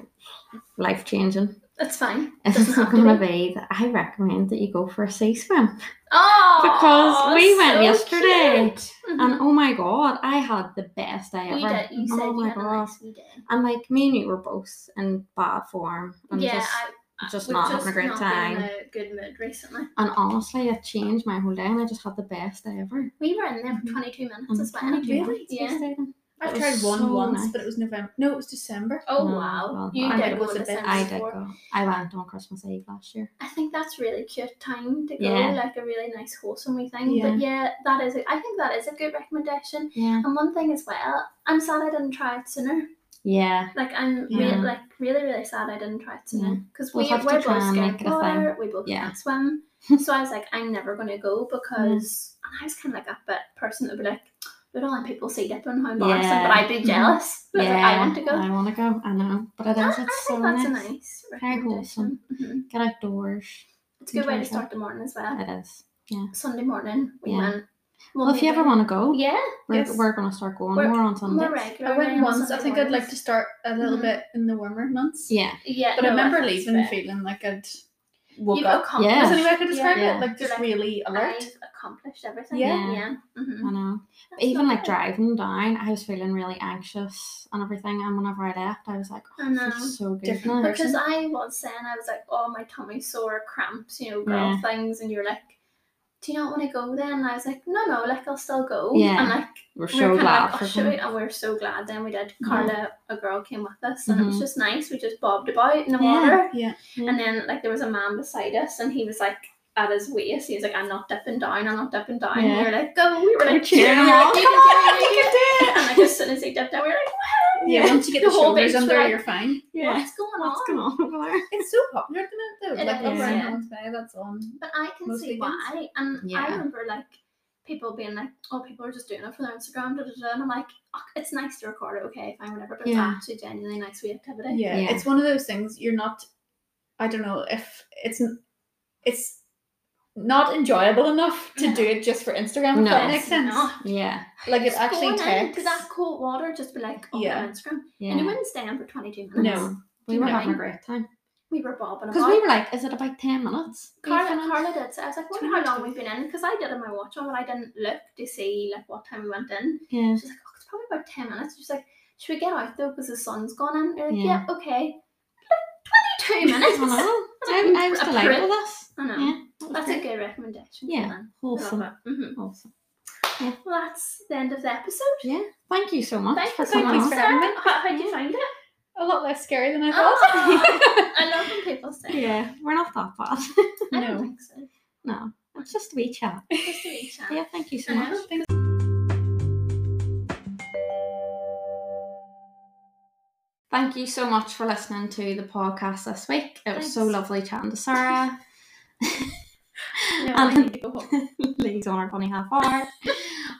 S1: life changing.
S2: That's fine.
S1: This
S2: Doesn't
S1: is
S2: have to
S1: going to be that I recommend that you go for a sea swim
S2: Oh,
S1: because we went yesterday,
S2: And
S1: and oh my god, I had the best day
S2: Mm-hmm. we
S1: ever.
S2: did. You said
S1: oh
S2: you
S1: my
S2: had a
S1: god!
S2: nice wee day.
S1: And like me and you were both in bad form. And
S2: Yeah,
S1: just,
S2: I, I-
S1: just
S2: we've
S1: not having a great
S2: not been
S1: time.
S2: In a good mood recently.
S1: and honestly, it changed my whole day, and I just had the best day ever.
S2: We were in there for
S1: Mhm.
S2: 22 minutes
S1: And
S2: as well.
S1: can't do
S3: Really?
S1: that.
S2: Yeah.
S3: I've
S1: It
S3: tried
S1: was
S3: one
S1: so
S3: once,
S1: nice.
S3: but it was November. No, it was December.
S2: Oh,
S1: No,
S2: wow.
S1: well,
S2: you
S1: I
S2: did
S1: did
S2: go
S3: go
S2: to the
S3: to bed.
S2: cinema
S1: I did
S2: before.
S1: go. I went on Christmas Eve last year.
S2: I think that's really cute time to go,
S1: Yeah.
S2: like a really nice wholesome wee thing.
S3: Yeah.
S2: But yeah, that is. A, I think that is a good recommendation.
S1: Yeah.
S2: And one thing as well, I'm sad I didn't try it sooner.
S1: Yeah.
S2: Like I'm
S1: Yeah.
S2: re- like really really sad I didn't try it
S1: Yeah.
S2: sooner because
S1: We'll
S2: we
S1: have to
S2: we're
S1: try
S2: both
S1: and
S2: scared
S1: make
S2: of
S1: it a thing.
S2: water. We both
S1: Yeah.
S2: can't swim, so I was like, I'm never gonna go because and I was kind of like that bit person that would be like, look at all them people sea dipping, how embarrassing,
S1: Yeah.
S2: but I'd be
S1: Mhm.
S2: jealous. I was
S1: yeah. Oh
S2: like, I want to go.
S1: I want to go. I know, but it
S2: I,
S1: is.
S2: I
S1: It's so
S2: think that's
S1: nice.
S2: a nice
S1: Very wholesome.
S2: recommendation. hmm
S1: Get outdoors.
S2: It's a good way to
S1: Enjoy
S2: start the morning as well.
S1: It is.
S2: Sunday morning, we
S1: Yeah.
S2: went.
S1: Well, if you ever want to go,
S2: yeah,
S1: we're,
S3: Yes.
S1: we're going to start going
S2: We're-
S1: more on Sundays.
S2: more regular.
S3: I went once. I think I'd like to start a little
S2: Mhm.
S3: bit in the warmer months.
S1: Yeah.
S2: Yeah,
S3: But
S2: no,
S3: I remember
S2: think it's
S3: leaving
S2: fair.
S3: feeling like I'd woke
S2: You've
S3: up.
S2: accomplished.
S1: Yeah.
S3: Is there any way I could describe
S1: Yeah.
S3: it? Like just
S2: Like,
S3: really alert.
S2: I've accomplished everything.
S1: Yeah.
S2: yeah. hmm
S1: I know. Even like driving down, I was feeling really anxious and everything. And whenever I left, I was like, oh,
S2: I
S1: I
S2: know.
S1: feel so good.
S3: Different
S1: now.
S2: Because I was saying, I was like, oh, my tummy sore, cramps, you know, girl things. And you were like, do you not want to go then? And I was like, no, no, like, I'll still go.
S1: Yeah.
S2: And like,
S1: We're
S2: we
S1: so
S2: were kind
S1: glad
S2: of like, oh,
S1: for
S2: should we?
S1: them.
S2: And we were so glad then we did.
S1: Yeah.
S2: Carla, a girl, came with us. And it was
S1: Mhm.
S2: just nice. We just bobbed about in the
S1: Yeah.
S2: water.
S3: Yeah.
S1: Yeah.
S2: And then, like, there was a man beside us, and he was like, at his waist, he was like, I'm not dipping down, I'm not dipping down. And we
S1: Yeah.
S2: were like, go. We were
S1: We're
S2: like,
S1: cheering
S2: cheering.
S1: him
S2: We were like,
S1: on.
S2: you
S1: Come
S2: can
S1: on,
S2: do it,
S1: you
S2: you
S1: can do
S2: can do it. And like, as soon as he dipped down, we were like,
S3: Yeah. Once you get the,
S2: The whole
S3: shoulders
S2: beach
S3: under,
S2: like-
S3: you're fine.
S2: what's going on?
S1: What's going on over there?
S3: It's so popular at the minute, though.
S2: It
S3: like
S1: is,
S3: over in
S1: yeah.
S3: Holland's Bay, that's on.
S2: But I can
S3: Most
S2: see
S3: vegans.
S2: why. And I
S1: Yeah.
S2: remember like people being like, "Oh, people are just doing it for their Instagram." Da, da, da. And I'm like, oh, "It's nice to record it, okay, fine, whatever." But
S1: Yeah.
S2: it's actually genuinely nice wee activity.
S3: Yeah.
S1: Yeah.
S3: It's one of those things you're not. I don't know if it's n- it's not enjoyable enough to
S2: No.
S3: do it just for Instagram. If
S1: No.
S3: that makes sense.
S2: Not.
S1: Yeah.
S3: Like it actually
S2: Going into
S3: takes.
S2: that cold water, just be like, "Oh,
S3: Yeah.
S2: yeah. Instagram,"
S1: Yeah.
S2: and you wouldn't stay on for 22 minutes.
S3: No.
S1: We were
S2: No.
S1: having a great time.
S2: we were bobbing
S1: Because we
S2: about.
S1: were like, is it about 10 minutes? Do you
S2: Carla,
S1: finish?
S2: Carla did say, I was like, wonder how long we've been in because I did on my watch on, but I didn't look to see like what time we went in.
S1: Yeah.
S2: She's like, oh, it's probably about 10 minutes. She's like, should we get out though because the sun's gone in? You're like, yeah,
S1: Yeah. okay.
S2: okay. 22 minutes.
S1: I know. I, I was
S2: A
S1: delighted
S2: prick.
S1: with us.
S2: I know.
S1: Yeah. that was
S2: That's
S1: great.
S2: a good recommendation.
S1: Yeah. Wholesome.
S2: Mm-hmm.
S1: Wholesome.
S2: Well, that's the end of the episode.
S1: Yeah. Thank you so much
S2: Thank
S1: for
S2: you so
S1: coming
S2: much,
S1: on.
S3: for
S2: Sarah.
S3: having me.
S2: How did you find it?
S3: A lot less scary than I thought.
S2: Oh, I love when people say that.
S1: Yeah, we're not that bad.
S2: I don't
S3: No.
S2: think so.
S1: no, it's just a wee chat.
S2: Just a wee chat.
S1: Yeah, thank you so
S2: I know.
S1: much. Thank you so much for listening to the podcast this week. It was so
S2: Thanks.
S1: lovely chatting to Sarah.
S2: No,
S1: Um,
S2: I need to go home.
S1: Lee's on our funny half hour.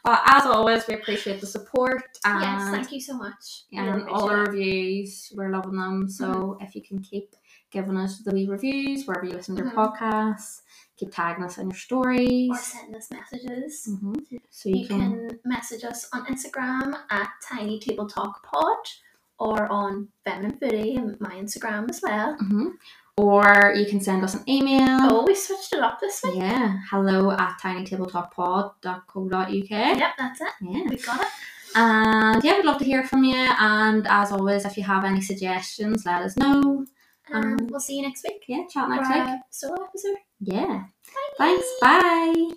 S1: But as always, we appreciate the support and
S2: yes, thank you so much. I
S1: and
S2: really
S1: all the
S2: appreciate it.
S1: reviews. We're loving Mm-hmm. them. So if you can keep giving us the wee reviews wherever you listen to your
S2: Mhm.
S1: podcasts, keep tagging us in your stories.
S2: or send us messages.
S1: hmm So
S2: You can message us on Instagram at Tiny Table Talk Pod or on Feminine Foodie and my Instagram as well.
S1: Mhm. Or you can send us an email.
S2: Oh, we switched it up this week.
S1: Yeah. Hello at tinytabletopod.co.uk. Yeah.
S2: Yep, that's it.
S1: yeah.
S2: We got it.
S1: And yeah, we'd love to hear from you. And as always, if you have any suggestions, let us know.
S2: And
S1: Um,
S2: we'll see you next week.
S1: Yeah, chat next
S2: for
S1: week.
S2: our solo episode.
S1: Yeah. Thanks. Bye.